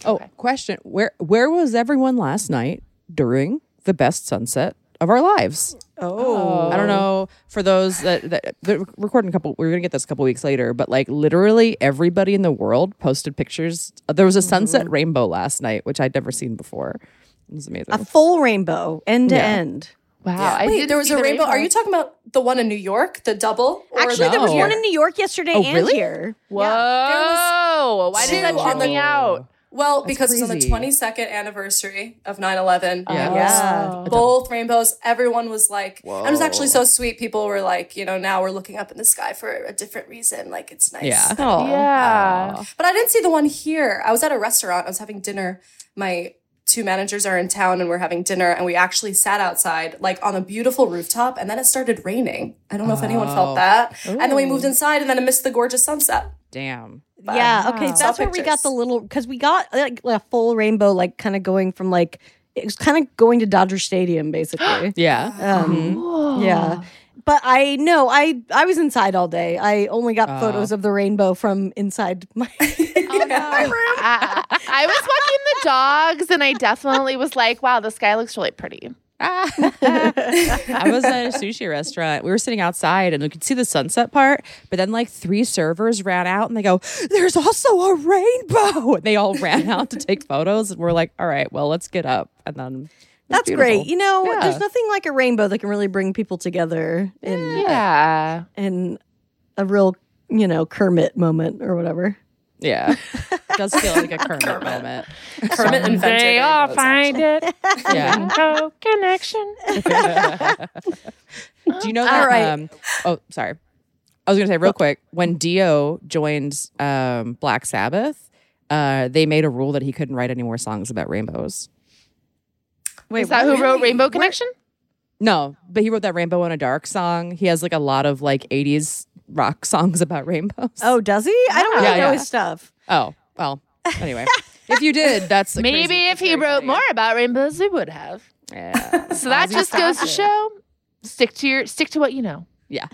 S3: Oh, question. Where where was everyone last night during the best sunset of our lives?
S2: Oh,
S3: I don't know. For those that, that the recording a couple, we were gonna get this a couple weeks later, but like literally everybody in the world posted pictures. There was a sunset
S2: Mm-hmm.
S3: rainbow last night, which I'd never seen before. It was amazing.
S2: a full rainbow end to
S3: Yeah.
S2: end.
S4: Wow. I
S7: Wait,
S4: did
S7: there was
S4: see
S7: a
S4: the
S7: rainbow. Are you talking about the one in New York, the double? Or
S2: Actually,
S7: the
S2: there was
S3: No.
S2: one in New York yesterday
S3: Oh,
S2: and
S3: really?
S2: here.
S4: Whoa. Why did that
S7: two
S4: trip
S7: on the-
S4: me out?
S7: Well, because it's on the
S3: crazy.
S7: 22nd anniversary of 9 11.
S3: Yeah.
S2: Yeah.
S7: Both rainbows, everyone was like, and it was actually so sweet. People were like, you know, now we're looking up in the sky for a different reason. Like, it's nice.
S3: Yeah.
S4: Yeah.
S7: But I didn't see the one here. I was at a restaurant. I was having dinner. My two managers are in town and we're having dinner and we actually sat outside like on a beautiful rooftop and then it started raining. I don't know if anyone felt that. And then we moved inside and then I missed the gorgeous sunset.
S3: Damn.
S2: Yeah. Okay.
S7: Wow.
S2: That's where we got the
S7: Pictures.
S2: little because we got like a full rainbow, like kind of going from like it was kind of going to Dodger Stadium basically.
S3: Yeah.
S2: um,
S3: Mm-hmm.
S2: yeah. But I know I I was inside all day. I only got photos of the rainbow from inside my.
S7: Oh,
S4: I, I- I was walking the dogs and I definitely was like, wow, the sky looks really pretty.
S3: I was at a sushi restaurant. We were sitting outside and we could see the sunset part, but then like three servers ran out and they go, There's also a rainbow. And they all ran out to take photos. And we're like, All right, well, let's get up. And then it was
S2: That's
S3: beautiful.
S2: great. You know,
S3: Yeah.
S2: there's nothing like a rainbow that can really bring people together in
S4: Yeah.
S2: in a real you know Kermit moment or whatever.
S3: Yeah. It does feel like a Kermit, moment.
S7: Kermit invented
S4: They all
S7: rainbows,
S4: find it.
S3: Yeah.
S4: No connection.
S3: Do you know that?
S2: right.
S3: Um, oh, sorry. I was going to say real quick when Dio joined um, Black Sabbath, uh, they made a rule that he couldn't write any more songs about rainbows.
S2: Wait,
S4: Is that who wrote Rainbow Connection?
S3: No, but he wrote that Rainbow in a Dark song. He has like a lot of like 80s rock songs about rainbows.
S2: Oh, does he? I don't really
S3: Yeah,
S2: know
S3: yeah.
S2: his stuff.
S3: Oh, well, anyway. if you did, that's a
S4: Maybe
S3: crazy-
S4: if he wrote more about rainbows, we would have.
S3: Yeah.
S4: So that just goes to show stick to your stick to what you know.
S3: yeah.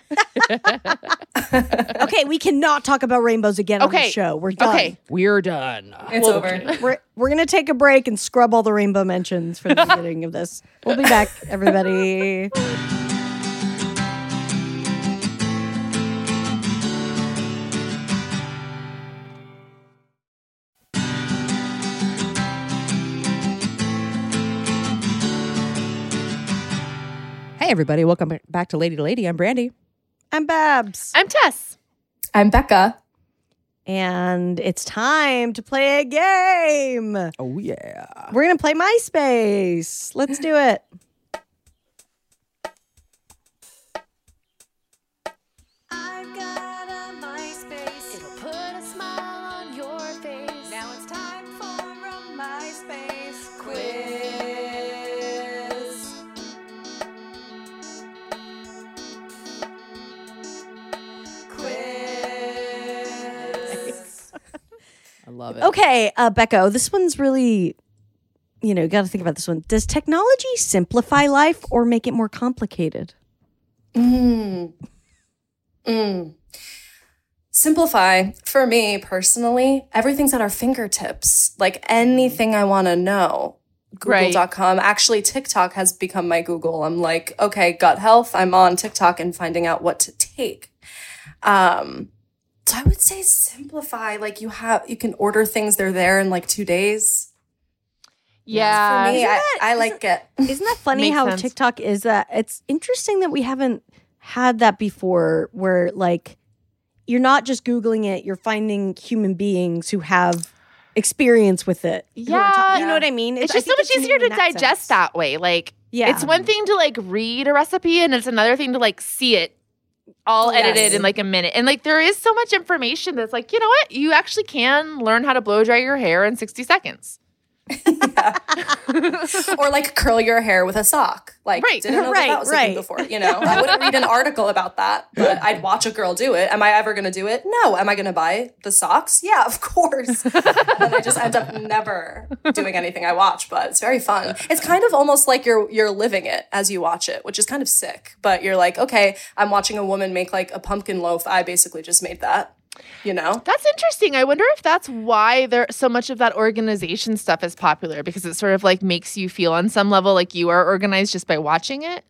S2: Okay, we cannot talk about rainbows again on
S4: Okay.
S2: the show. We're done.
S4: Okay.
S3: We're done.
S7: It's over.
S2: We're, we're going to take a break and scrub all the rainbow mentions from the beginning of this. We'll be back, everybody.
S3: Hey, everybody. Welcome ba- back to Lady to Lady. I'm Brandy.
S2: I'm Babs.
S4: I'm Tess.
S7: I'm Becca.
S2: And it's time to play a game.
S3: Oh yeah.
S2: We're going to play MySpace. Let's do it.
S9: I've got a MySpace. It'll put a smile on your face. Now it's time for a MySpace quiz. Quiz.
S3: I love it.
S2: Okay, uh, Becco, this one's really, you know, got to think about this one. Does technology simplify life or make it more complicated?
S7: Mm. Mm. Simplify for me personally, everything's at our fingertips. Like anything I want to know.
S4: Right.
S7: Google.com. Actually, TikTok has become my Google. I'm like, okay, gut health. I'm on TikTok and finding out what to take. Um, so I would say simplify. Like you have, you can order things. They're there in like two days.
S4: Yeah.
S7: for me, I, I like it.
S2: Isn't that funny
S4: Makes
S2: how
S4: sense.
S2: TikTok is that? It's interesting that we haven't had that before where, like, you're not just Googling it, you're finding human beings who have experience with it. who are ta-
S4: Yeah.
S2: you know what I mean?
S4: It's
S2: I
S4: just so
S2: think
S4: much
S2: neat
S4: easier to
S2: in that
S4: digest
S2: sense.
S4: that way. Like,
S2: Yeah.
S4: It's one thing to like read a recipe and it's another thing to like see it all
S7: Yes.
S4: edited in like a minute. And like there is so much information that's like, you know what? You actually can learn how to blow dry your hair in 60 seconds.
S7: or like curl your hair with a sock. Like
S4: Right,
S7: didn't know that,
S2: right,
S7: that was a thing
S2: right.
S7: before. You know, I wouldn't read an article about that, but I'd watch a girl do it. Am I ever going to do it? No. Am I going to buy the socks? Yeah, of course. and I just end up never doing anything I watch. But it's very fun. It's kind of almost like you're you're living it as you watch it, which is kind of sick. But you're like, okay, I'm watching a woman make like a pumpkin loaf. I basically just made that. You know.
S4: That's interesting. I wonder if that's why there so much of that organization stuff is popular because it sort of like makes you feel on some level like you are organized just by watching it.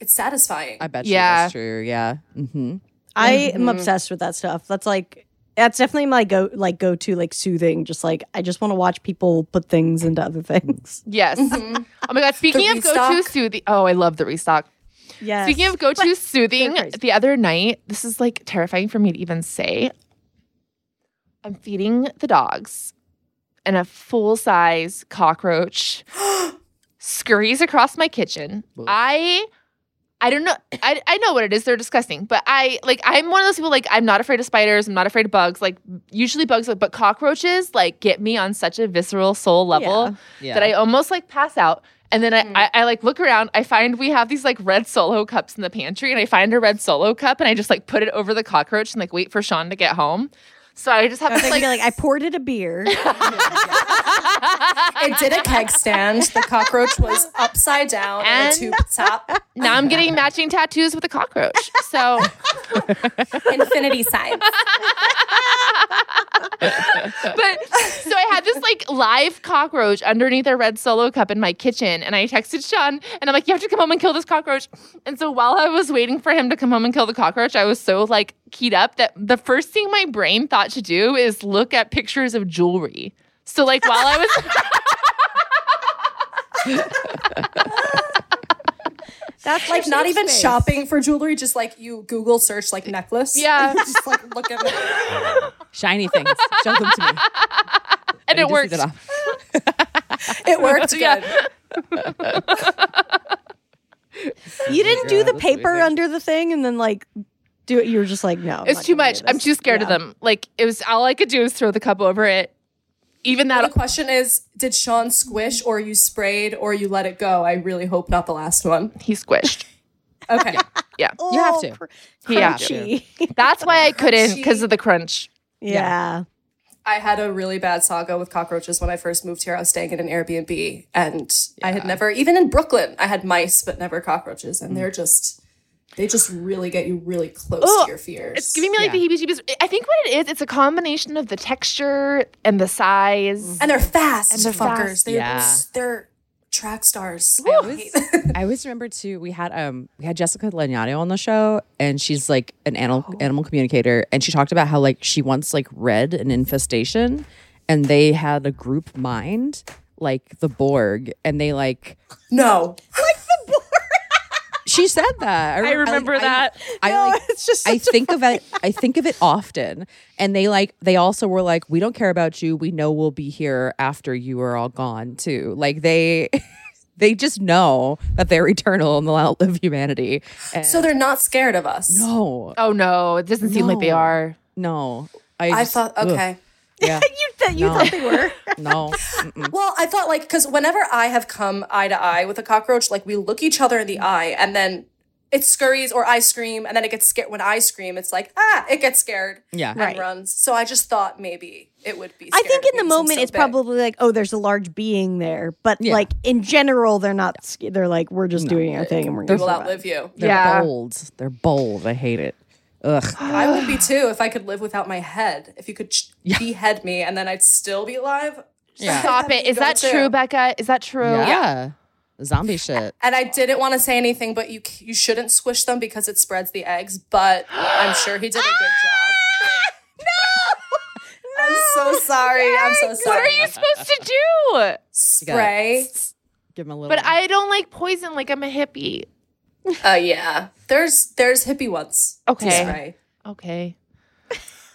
S7: It's satisfying.
S3: I bet you
S4: Yeah.
S3: that's true. Yeah. Mm-hmm.
S2: I am obsessed with that stuff. That's like that's definitely my go like go to like soothing. Just like I just want to watch people put things into other things.
S4: Yes.
S7: Mhm.
S4: Oh my god, speaking of go-to
S7: restock.
S4: soothing. Oh, I love the restock.
S2: Yeah.
S4: Speaking of go to soothing,
S2: They're crazy.
S4: the other night, this is like terrifying for me to even say. I'm feeding the dogs, and a full size cockroach scurries across my kitchen. I. I don't know. I, I know what it is. They're disgusting. But I like I'm one of those people like I'm not afraid of spiders. I'm not afraid of bugs. Like usually bugs, but cockroaches like get me on such a visceral soul level
S3: Yeah.
S4: that I almost like pass out. And then I,
S2: Mm-hmm.
S4: I, I like look around. I find we have these like red solo cups in the pantry, and I find a red solo cup, and I just like put it over the cockroach and like wait for Sean to get home. So I just have
S2: They're
S4: this
S2: gonna
S4: like,
S2: be like I poured it a beer.
S7: It did a keg stand. The cockroach was upside down and a
S4: And-
S7: tube top.
S4: now I'm getting matching tattoos with a cockroach. So
S7: infinity signs.
S4: but so I had this like live cockroach underneath a red solo cup in my kitchen, and I texted Sean, and I'm like, "You have to come home and kill this cockroach." And so while I was waiting for him to come home and kill the cockroach, I was so like keyed up that the first thing my brain thought to do is look at pictures of jewelry. So like while I was
S2: That's
S7: Like not even
S2: space.
S7: shopping for jewelry, just like you Google search like necklace.
S4: Yeah.
S7: just like look at it.
S3: Shiny things. Show them to me.
S4: and
S3: You
S4: it
S3: just
S4: worked.
S3: eat off.
S7: It worked.
S4: Yeah.
S7: Good.
S2: You didn't do
S3: Yeah,
S2: the
S3: that's amazing.
S2: paper under the thing and then like do it. You were just like no. I'm
S4: It's
S2: not
S4: too
S2: gonna
S4: much.
S2: do
S4: I'm
S2: this.
S4: too scared of
S2: Yeah.
S4: them. Like it was all I could do is throw the cup over it. Even
S7: Now the
S4: that
S7: question is, did Sean squish or you sprayed or you let it go? I really hope not the last one.
S4: he squished.
S7: Okay.
S4: Yeah.
S2: Oh,
S3: You have to.
S2: cr-
S4: You have to.
S2: crunchy.
S4: That's why I couldn't because of the crunch.
S2: yeah.
S7: I had a really bad saga with cockroaches when I first moved here. I was staying in an Airbnb and I had never even in Brooklyn, I had mice, but never cockroaches.
S4: Mm.
S7: And they're just they just really get you really close
S4: Ugh,
S7: to your fears.
S4: It's giving me like the heebie-jeebies. I think what it is, it's a combination of the texture and the size.
S7: and they're fast
S4: And they're
S7: fuckers.
S4: fast.
S7: They're
S3: Yeah.
S7: they're track stars.
S3: I always, I always remember too. We had um we had Jessica Lagnano on the show, and she's like an animal
S2: Oh.
S3: animal communicator, and she talked about how like she once like read an infestation, and they had a group mind like the Borg, and they like
S7: no.
S3: she She said that.
S10: I
S3: rem- like,
S10: remember that.
S3: I,
S2: No,
S3: like,
S2: it's just
S3: I
S2: such a
S3: think of it. I think of it often, and they like they also were like, "We don't care about you. We know we'll be here after you are all gone too." Like they, they just know that they're eternal and they'll outlive humanity. And
S7: So they're not scared of us.
S3: no,
S4: Oh no, it doesn't seem like they
S3: No.
S4: are.
S3: no. I,
S7: I
S3: just-
S7: thought,
S3: ugh,
S7: okay.
S3: yeah,
S2: that you
S3: No.
S2: thought they were.
S3: no. mm, Mm-mm.
S7: Well, I thought like because whenever I have come eye to eye with a cockroach, like we look each other in the eye, and then it scurries or I scream, and then it gets scared. When I scream, it's like ah, it gets scared
S3: Yeah,
S7: and runs. So I just thought maybe it would be.
S2: I
S7: scared
S2: think
S7: of
S2: in the
S7: me 'cause I'm
S2: moment
S7: so
S2: it's
S7: big.
S2: probably like, oh, there's a large being there, but
S3: Yeah.
S2: like in general, they're not. sca- They're like, we're just
S3: No.
S2: doing our thing, and we're
S7: we
S2: gonna
S7: will
S2: survive.
S7: outlive you.
S3: They're
S4: Yeah.
S3: bold. They're bold. I hate it. Ugh.
S7: I would be too if I could live without my head. If you could ch- behead me and then I'd still be alive.
S4: Stop it. Is that
S7: Go to.
S4: true, Becca? Is that true?
S3: yeah. Zombie shit.
S7: And I didn't want to say anything, but you c- you shouldn't squish them because it spreads the eggs. But I'm sure he did a good job. no, I'm so sorry. I'm so
S4: What
S7: sorry.
S4: are you supposed to do?
S7: spray?
S3: Give him a little.
S4: But I don't like poison like I'm a hippie.
S7: Uh, yeah. There's there's hippie ones. to
S4: Okay.
S7: spray.
S4: Okay.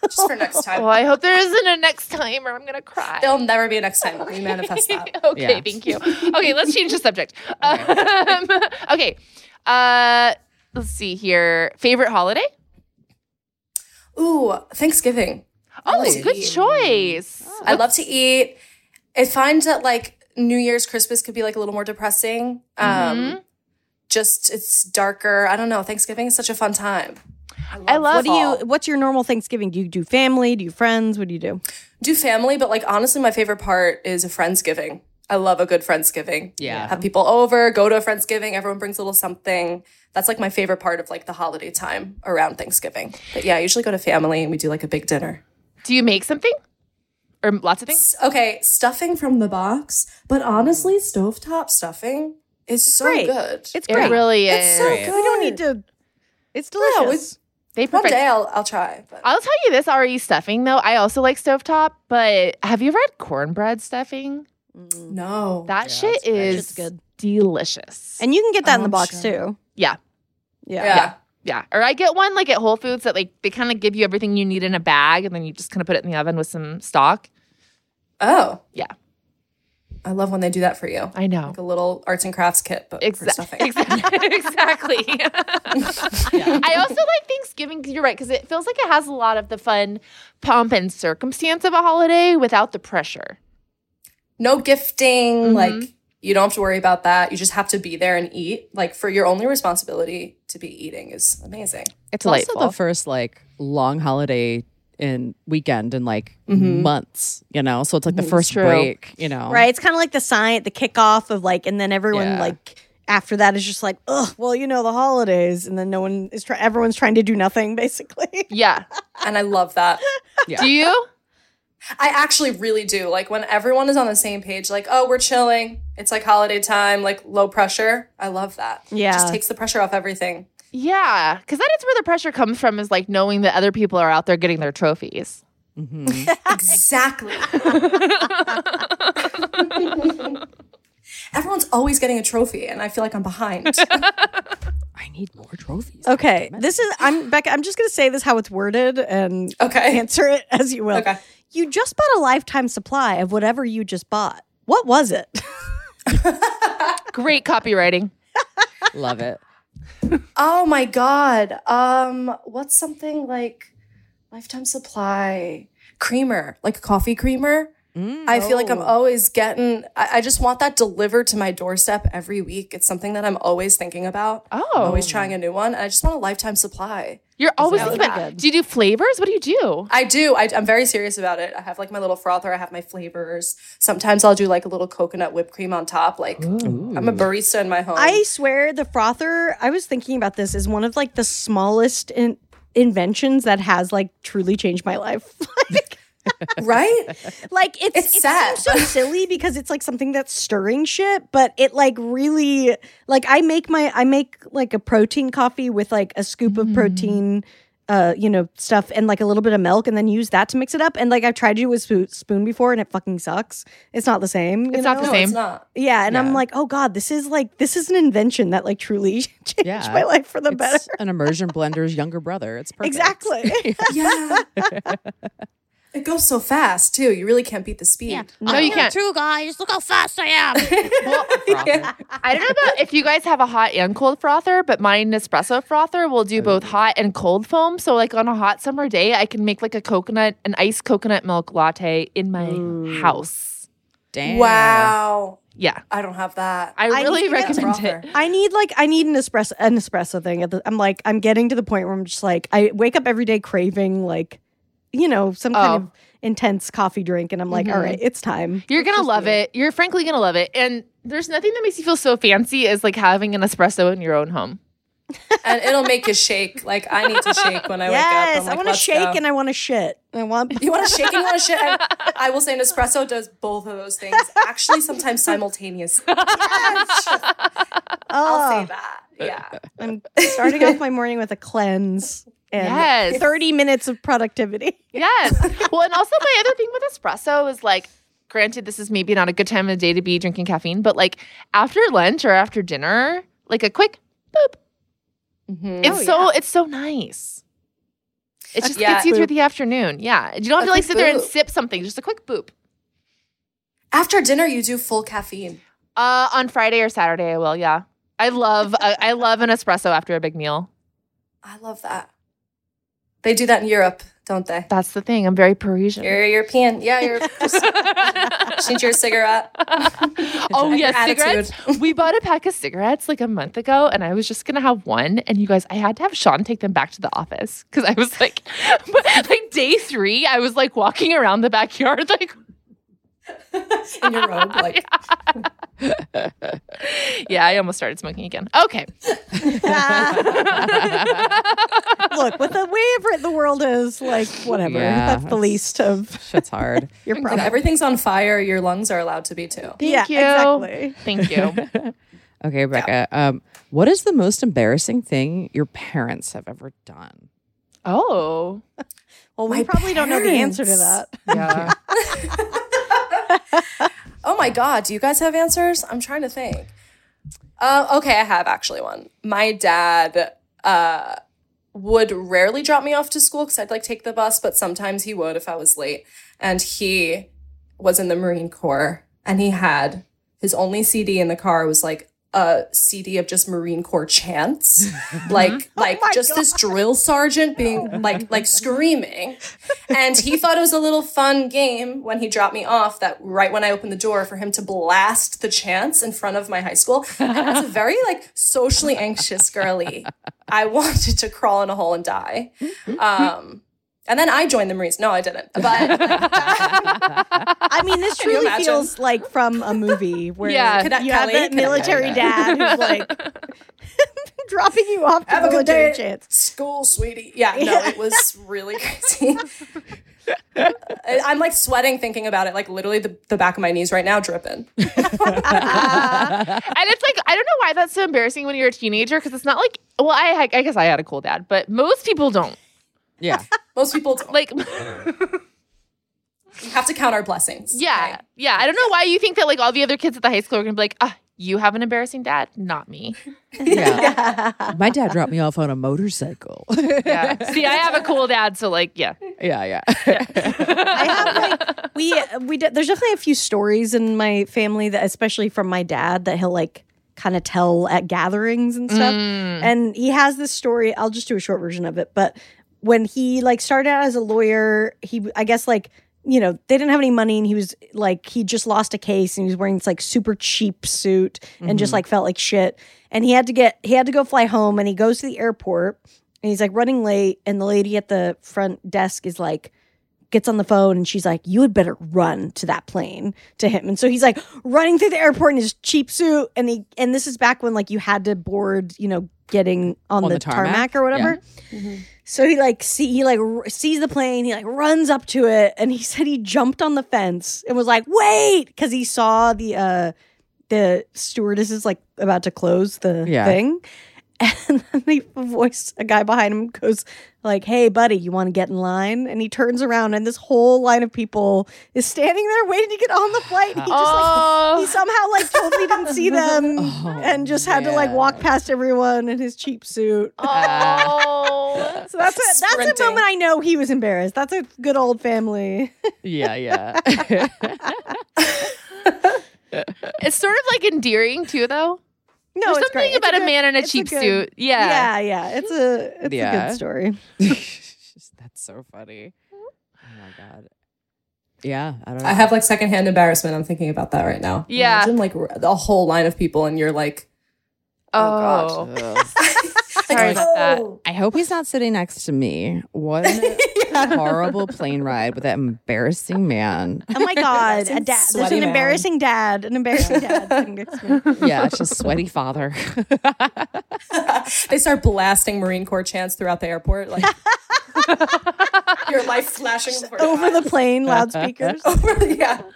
S7: Just for next time.
S4: Well, I hope there isn't a next time or I'm going to cry.
S7: There'll never be a next time. We manifest that.
S4: okay,
S3: Yeah.
S4: thank you. Okay, let's change the subject. Um, okay. Uh, let's see here. Favorite holiday?
S7: Ooh, Thanksgiving.
S4: Oh,
S7: Ooh.
S4: good choice.
S7: I love to eat. I find that like New Year's, Christmas could be like a little more depressing. Um,
S2: Mm-hmm.
S4: Mhm.
S7: Just it's darker. I don't know. Thanksgiving is such a fun time.
S4: I love
S2: What do
S7: fall.
S2: you? Oh, What's your normal Thanksgiving? Do you do family? Do you friends? What do you do?
S7: Do family, but like honestly, my favorite part is a friendsgiving. I love a good friendsgiving.
S3: Yeah.
S7: have people over, go to a friendsgiving. Everyone brings a little something. That's like my favorite part of like the holiday time around Thanksgiving. But yeah, I usually go to family and we do like a big dinner.
S4: Do you make something? Or lots of things?
S7: S- Okay, stuffing from the box, but honestly, stovetop stuffing is so
S2: great.
S7: good.
S2: It's
S4: It
S2: great.
S4: really is.
S7: It's so good.
S2: we don't need to. It's delicious.
S7: it's-
S4: they
S7: One
S4: perfect-
S7: day I'll, I'll try. But.
S4: I'll tell you this already stuffing though. I also like stovetop, but have you ever had cornbread stuffing?
S7: no.
S4: That
S3: Yeah,
S4: shit
S3: that's great.
S4: is
S2: Shit's good.
S4: delicious.
S2: and you can get that in the
S7: I'm
S2: box
S7: sure.
S2: too.
S4: Yeah.
S2: Yeah.
S7: yeah.
S4: yeah. Or I get one like at Whole Foods that like they kind of give you everything you need in a bag and then you just kind of put it in the oven with some stock.
S7: Oh.
S4: Yeah.
S7: I love when they do that for you.
S4: I know.
S7: Like a little arts and crafts kit, but for
S4: Exactly.
S7: stuffing.
S4: exactly. I also like Thanksgiving. 'cause You're right because it feels like it has a lot of the fun pomp and circumstance of a holiday without the pressure.
S7: No gifting.
S4: Mhm.
S7: Like, you don't have to worry about that. You just have to be there and eat. Like, for your only responsibility to be eating is amazing.
S4: It's
S3: also
S4: delightful.
S3: the first like long holiday and weekend in like
S7: Mhm.
S3: months, you know. So it's like the
S7: Mhm.
S3: first
S4: True.
S3: break, you know.
S2: Right. It's kind of like the sign, the kickoff of like, and then everyone
S3: Oh. Yeah.
S2: like after that is just like, oh, well, you know, the holidays, and then no one is trying. Everyone's trying to do nothing basically.
S4: yeah.
S7: And I love that.
S3: Yeah.
S4: Do you?
S7: I actually really do. Like, when everyone is on the same page, like, oh, we're chilling. It's like holiday time, like low pressure. I love that.
S2: Yeah.
S7: Just takes the pressure off everything.
S4: Yeah, because that is where the pressure comes from is like knowing that other people are out there getting their trophies.
S3: Mhm.
S7: Exactly. Everyone's always getting a trophy, and I feel like I'm behind.
S3: I need more trophies.
S2: Okay. This is I'm Becca. I'm just gonna say this how it's worded and
S7: Okay.
S2: answer it as you will.
S7: Okay.
S2: You just bought a lifetime supply of whatever you just bought. What was it?
S4: Great copywriting.
S3: Love it.
S7: Oh my god. Um, what's something like lifetime supply creamer, like a coffee creamer?
S3: Mm.
S7: I feel like I'm always getting. I, I just want that delivered to my doorstep every week. It's something that I'm always thinking about. I'm
S4: Oh,
S7: always trying a new one, and I just want a lifetime supply.
S4: you're always
S7: that
S4: thinking
S7: would be
S4: about. Do you do flavors? What do you do?
S7: I do. I, I'm very serious about it. I have like my little frother. I have my flavors. Sometimes I'll do like a little coconut whipped cream on top. Like I'm a barista in my home.
S2: I swear the frother, I was thinking about this, is one of like the smallest in- inventions that has like truly changed my life. like,
S7: right?
S2: like it's,
S7: It's
S2: it
S7: sad,
S2: seems so
S7: but-
S2: silly because it's like something that's stirring shit, but it like really like I make my I make like a protein coffee with like a scoop of protein uh, you know, stuff and like a little bit of milk, and then use that to mix it up. And like I've tried to do with spoon, spoon before, and it fucking sucks. It's not the same. you
S4: It's not the
S2: know?
S7: No,
S4: Same.
S7: it's not.
S2: Yeah, and
S3: Yeah.
S2: I'm like, oh god, this is like this is an invention that like truly changed
S3: Yeah.
S2: my life for the
S3: It's
S2: better.
S3: an immersion blender's younger brother. It's perfect.
S2: Exactly.
S7: Yeah. it goes so fast too. You really can't beat the speed.
S8: Yeah.
S4: No,
S8: I'm
S4: you
S8: here
S4: can't.
S8: Too, guys. Look how fast I am.
S4: I don't know about if you guys have a hot and cold frother, but my Nespresso frother will do both hot and cold foam. So, like on a hot summer day, I can make like a coconut, an iced coconut milk latte in my house.
S3: Damn.
S7: Wow.
S4: Yeah,
S7: I don't have that.
S4: I
S2: I
S4: really
S2: need to get
S4: recommend
S7: frother.
S4: it.
S2: I need like I need an espresso an espresso thing. At the, I'm like I'm getting to the point where I'm just like I wake up every day craving like you know some kind
S4: Oh.
S2: of intense coffee drink, and I'm like,
S7: Mm-hmm.
S2: all right, it's time.
S4: You're gonna love it. You're frankly gonna love it. And there's nothing that makes you feel so fancy as like having an espresso in your own home.
S7: and it'll make you shake. Like I need to shake when I wake up.
S2: yes,
S7: I'm like,
S2: I want to
S7: "Let's
S2: shake
S7: go."
S2: and I want to shit. I want
S7: you want to shake and you want to shit. And I will say Nespresso does both of those things. Actually, sometimes simultaneously. I'll say
S2: oh,
S7: that. Yeah.
S2: I'm starting off my morning with a cleanse and
S4: Yes.
S2: 30 minutes of productivity.
S4: Yes. well, and also my other thing with espresso is like, granted, this is maybe not a good time of the day to be drinking caffeine, but like after lunch or after dinner, like a quick boop.
S7: Mm-hmm. Oh,
S4: It's so it's so nice. It just
S7: yeah.
S4: gets you through
S2: Boop.
S4: the afternoon. Yeah. You don't have
S7: A
S4: to like
S7: quick
S4: sit there and
S7: boop.
S4: sip something, just a quick boop.
S7: After dinner, you do full caffeine.
S4: Uh on Friday or Saturday I will, yeah. I love I, I love an espresso after a big meal.
S7: I love that. They do that in Europe, don't they?
S4: That's the thing. I'm very Parisian.
S7: You're European. Yeah, you're just shoot your cigarette.
S4: Oh
S7: Your
S4: yes,
S7: attitude.
S4: cigarettes. We bought a pack of cigarettes like a month ago, and I was just gonna have one. And you guys, I had to have Sean take them back to the office because I was like, but, like day three, I was like walking around the backyard, like
S7: in your robe. Like
S4: yeah, I almost started smoking again. Okay,
S2: Look, with the way of it, the world is, like whatever.
S3: Yeah,
S2: That's the
S3: that's-
S2: least of
S3: Shit's hard.
S2: your
S7: when
S2: problems.
S7: everything's on fire, your lungs are allowed to be too.
S2: Yeah,
S4: thank you,
S2: exactly.
S4: thank you.
S3: Okay, Becca. Um, what is the most embarrassing thing your parents have ever done?
S4: Oh,
S2: Well, we
S7: My
S2: probably don't know the answer to
S7: parents.
S2: that.
S4: yeah.
S7: Oh my God, do you guys have answers? I'm trying to think. Uh, okay, I have actually one. My dad uh, would rarely drop me off to school because I'd like take the bus, but sometimes he would if I was late. And he was in the Marine Corps and he had his only CD in the car was like a CD of just Marine Corps chants, like like just this drill sergeant being like like screaming, and he thought it was a little fun game when he dropped me off. That right when I opened the door for him to blast the chants in front of my high school, and as a very like socially anxious girly, I wanted to crawl in a hole and die. Um, and then I joined the Marines. No, I didn't. But
S2: I mean, this
S7: Can you
S2: truly
S7: imagine?
S2: feels like from a movie where
S4: Yeah.
S7: Cadet
S2: you have
S7: Kelly,
S2: that
S7: Cadet
S2: military dad who's like dropping you off to
S7: Have a good
S2: military
S7: day.
S2: chance.
S7: school, sweetie. Yeah, no, it was really crazy. I- I'm like sweating thinking about it, like literally the, the back of my knees right now dripping.
S4: and it's like I don't know why that's so embarrassing when you're a teenager because it's not like well I I guess I had a cool dad, but most people don't
S3: Yeah.
S7: Most people don't.
S4: like.
S7: We have to count our blessings.
S4: Yeah.
S7: okay?
S4: Yeah. I don't know why you think that like all the other kids at the high school are gonna be like, ah, you have an embarrassing dad, not me.
S3: Yeah. My dad dropped me off on a motorcycle.
S4: Yeah. See, I have a cool dad, so like, yeah.
S3: yeah, yeah.
S2: I have like we we did, there's definitely a few stories in my family that especially from my dad that he'll like kind of tell at gatherings and stuff. And he has this story, I'll just do a short version of it, but when he like started out as a lawyer, he I guess like you know, they didn't have any money and he was like he just lost a case and he was wearing this like super cheap suit and just like felt like shit. And he had to get he had to go fly home and he goes to the airport and he's like running late and the lady at the front desk is like gets on the phone and she's like, You had better run to that plane to him. And so he's like running through the airport in his cheap suit. And he and this is back when like you had to board, you know, getting on, the, tarmac. or whatever. Mm-hmm. So he like see he like r- sees the plane, he like runs up to it, and he said he jumped on the fence and was like, "Wait!" because he saw the uh the stewardess is like about to close the
S3: Yeah.
S2: thing, And then the voice, a guy behind him goes like, "Hey, buddy, you want to get in line?" And he turns around, and this whole line of people is standing there waiting to get on the flight. And he just like
S4: Oh,
S2: he somehow like totally didn't see them and just had to like walk past everyone in his cheap suit.
S4: oh.
S2: So that's a, that's a
S7: Sprinting.
S2: moment I know he was embarrassed. That's a good old family.
S3: Yeah, yeah.
S4: it's sort of like endearing too, though.
S2: No,
S4: There's
S2: it's
S4: something
S2: great. It's
S4: about a,
S2: good-
S4: man in a
S2: it's
S4: cheap
S2: good-
S4: suit.
S2: Yeah,
S4: Yeah.
S2: yeah. It's a it's a
S3: Yeah.
S2: good story.
S3: That's so funny. Oh my god. Yeah, I don't know.
S7: I have like secondhand embarrassment. I'm thinking about that right now.
S4: Yeah.
S7: Imagine like r- the whole line of people and you're like,
S4: Oh,
S7: God.
S3: Ugh.
S4: sorry about that.
S7: Oh.
S3: I hope he's not sitting next to me. What a horrible plane ride with that embarrassing man.
S2: Oh my god, a dad. There's
S7: sweaty
S2: an
S7: man.
S2: embarrassing dad. An embarrassing dad. sitting next to me.
S3: Yeah, it's just sweaty father.
S7: they start blasting Marine Corps chants throughout the airport. Like, your life flashing before your
S2: Over the plane loudspeakers.
S7: eyes. Over the- yeah.
S3: I-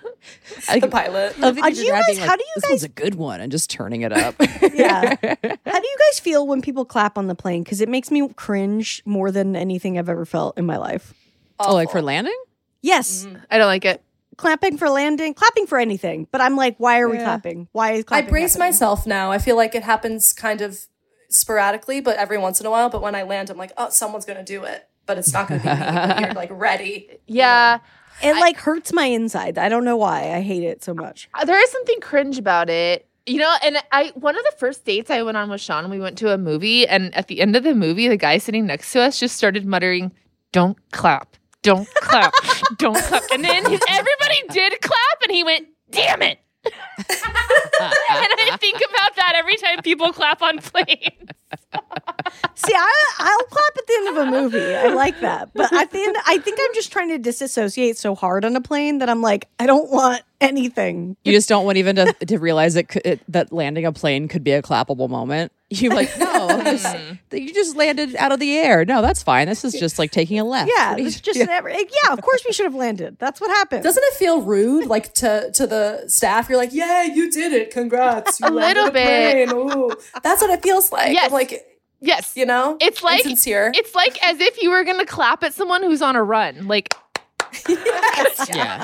S3: Oh,
S7: The pilot.
S3: I think
S2: Uh,
S3: if
S2: do
S3: you're
S2: you guys-
S3: driving,
S2: how do you
S3: this one's a good one and just turning it up.
S2: Yeah. How do you guys feel when people clap on the plane? Because it makes me cringe more than anything I've ever felt in my life.
S3: oh, like for landing?
S2: Yes,
S4: I don't like it.
S2: clapping for landing, clapping for anything. But I'm like, why are we
S3: Yeah.
S2: clapping? Why is
S7: I
S2: clapping?
S7: brace
S2: happening?
S7: myself now. I feel like it happens kind of sporadically, but every once in a while. But when I land, I'm like, oh, someone's going to do it. But it's not going to be me. But you're like ready.
S4: Yeah.
S2: It like hurts my inside. I don't know why. I hate it so much.
S4: Uh, there is something cringe about it you know and i one of the first dates i went on with sean we went to a movie and at the end of the movie the guy sitting next to us just started muttering don't clap don't clap don't clap and then he- everybody did clap and he went damn it and i think about that every time people clap on planes
S2: See, I, I'll clap at the end of a movie. I like that. But at the end, I think I'm just trying to disassociate so hard on a plane that I'm like, I don't want anything.
S3: You just don't want even to, to realize it, could, it that landing a plane could be a clappable moment. You're like, no, this- you just landed out of the air. No, that's fine. This is just like taking a left.
S2: Yeah,
S3: What do you-
S2: it's just an ever. Yeah, of course we should have landed. That's what happened.
S7: Doesn't it feel rude, like to to the staff? You're like, yeah, you did it. Congrats. You
S4: A little
S7: landed the plane. Ooh. That's what it feels like.
S4: Yes.
S7: I'm like,
S4: yes
S7: you know,
S4: It's like-
S7: sincere.
S4: it's like as if you were gonna clap at someone who's on a run like
S3: yeah.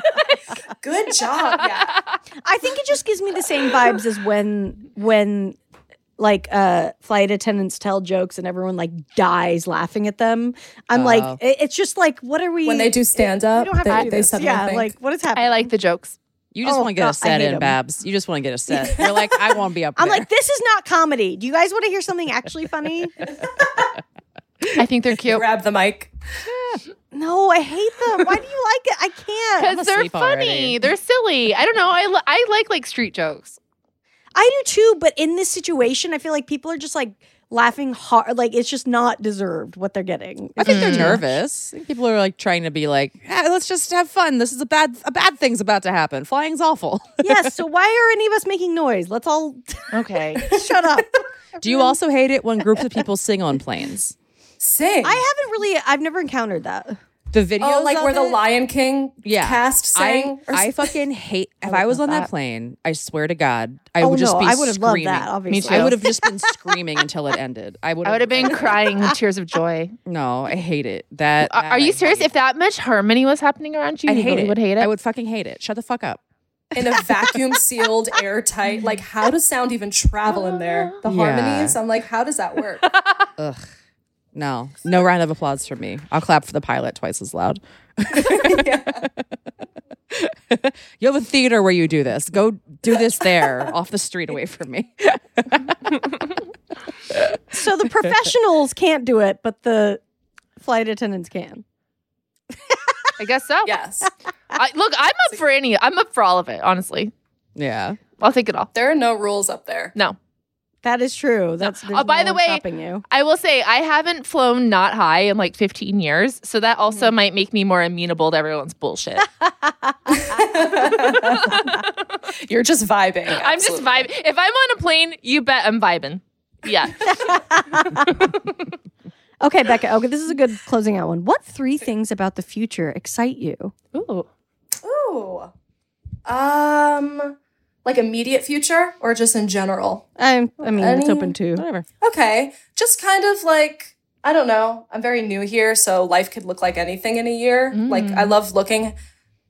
S7: Good job. Yeah.
S2: I think it just gives me the same vibes as when when like uh flight attendants tell jokes and everyone like dies laughing at them. I'm like,
S3: Oh.
S2: it- it's just like, what are we?
S7: When they do stand up,
S2: we don't have
S7: they,
S2: to do
S7: they
S2: this.
S7: suddenly
S2: Yeah,
S7: think,
S2: like what is happening?
S4: i like the jokes
S3: You just
S2: Oh,
S3: want to get
S2: God, I
S3: a set
S2: hate
S3: in,
S2: him.
S3: Babs. You just want to get a set. You're like, I want to be up
S2: I'm
S3: there.
S2: like, this is not comedy. Do you guys want to hear something actually funny?
S4: i think they're cute
S7: grab the mic.
S2: No, I hate them. Why do you like it? I can't.
S4: because they're
S3: asleep
S4: funny.
S3: already.
S4: They're silly. I don't know. I, li- I like like street jokes.
S2: I do too, but in this situation, I feel like people are just like laughing hard. Like it's just not deserved what they're getting.
S3: I think they're nervous. I think Mm. People are like trying to be like, "Ah, let's just have fun. This is a bad a bad thing's about to happen. Flying's awful.
S2: yes. So why are any of us making noise? Let's all
S4: Okay.
S2: shut up.
S3: Do you also hate it when groups of people sing on planes?
S7: Sing.
S2: I haven't really. I've never encountered that.
S3: The videos
S7: Oh, like
S3: of
S7: where the
S3: it?
S7: Lion King
S3: yeah.
S7: cast sang.
S3: I,
S7: or
S3: I fucking hate if I, was on that. plane, I swear to God, I
S2: Oh,
S3: would just
S2: no,
S3: be
S2: I
S3: would
S2: would've
S3: have
S2: loved that,
S3: Me
S2: obviously.
S3: too. I would have just been screaming until it ended. I would
S4: I would have been crying with tears of joy.
S3: No, I hate it. That,
S4: Are,
S3: that
S4: are
S3: I
S4: you serious?
S3: hate.
S4: If that much harmony was happening around you,
S3: I'd
S4: you
S3: hate
S4: really
S3: it.
S4: would hate it.
S3: I would fucking hate it. Shut the fuck up.
S7: in a vacuum sealed, airtight. Like, how does sound even travel in there? The
S3: Yeah.
S7: harmonies. I'm like, how does that work?
S3: Ugh. No. No round of applause for me. I'll clap for the pilot twice as loud. you have a theater where you do this. Go do this there, off the street away from me.
S2: So the professionals can't do it, but the flight attendants can.
S4: I guess so.
S7: yes.
S4: I, look, I'm up for any. I'm up for all of it. Honestly,
S3: Yeah.
S4: I'll take it all.
S7: There are no rules up there.
S4: No,
S2: That is true. That's there's
S4: Oh, by
S2: no
S4: the
S2: one
S4: way-
S2: stopping you.
S4: I will say I haven't flown not high in like 15 years, so that also might make me more amenable to everyone's bullshit.
S7: You're just vibing.
S4: I'm just
S7: absolutely.
S4: vibing. If I'm on a plane, you bet I'm vibing. Yeah.
S2: Okay, Becca. Okay, this is a good closing out one. What three things about the future excite you?
S4: Ooh.
S7: Ooh. Um, Like immediate future or just in general?
S6: I, I mean, it's open to.
S3: Whatever.
S7: Okay. Just kind of like, I don't know. I'm very new here, so life could look like anything in a year. Like, I love looking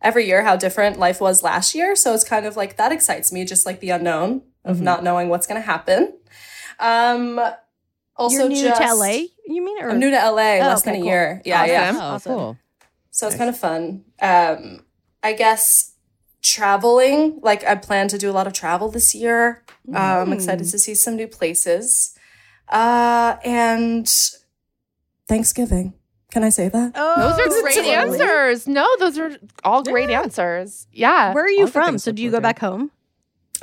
S7: every year how different life was last year. So it's kind of like that excites me, just like the unknown of not knowing what's going to happen. Um, also,
S2: You're new
S7: just,
S2: to LA, you mean? Or Oh,
S7: I'm new to LA less
S2: okay,
S7: than a
S2: cool.
S7: year. Yeah, yeah.
S3: Oh, cool.
S7: So it's kind of fun. Um, I guess traveling, like I plan to do a lot of travel this year. Um, I'm
S4: Mm.
S7: excited to see some new places. Uh, and Thanksgiving. Can I say that?
S2: Oh,
S4: Those are great
S7: totally.
S4: answers. No, those are all great answers. Yeah.
S2: Where are you
S3: All the
S2: from?
S3: things
S2: So
S3: look
S2: do you go
S3: okay.
S2: back home?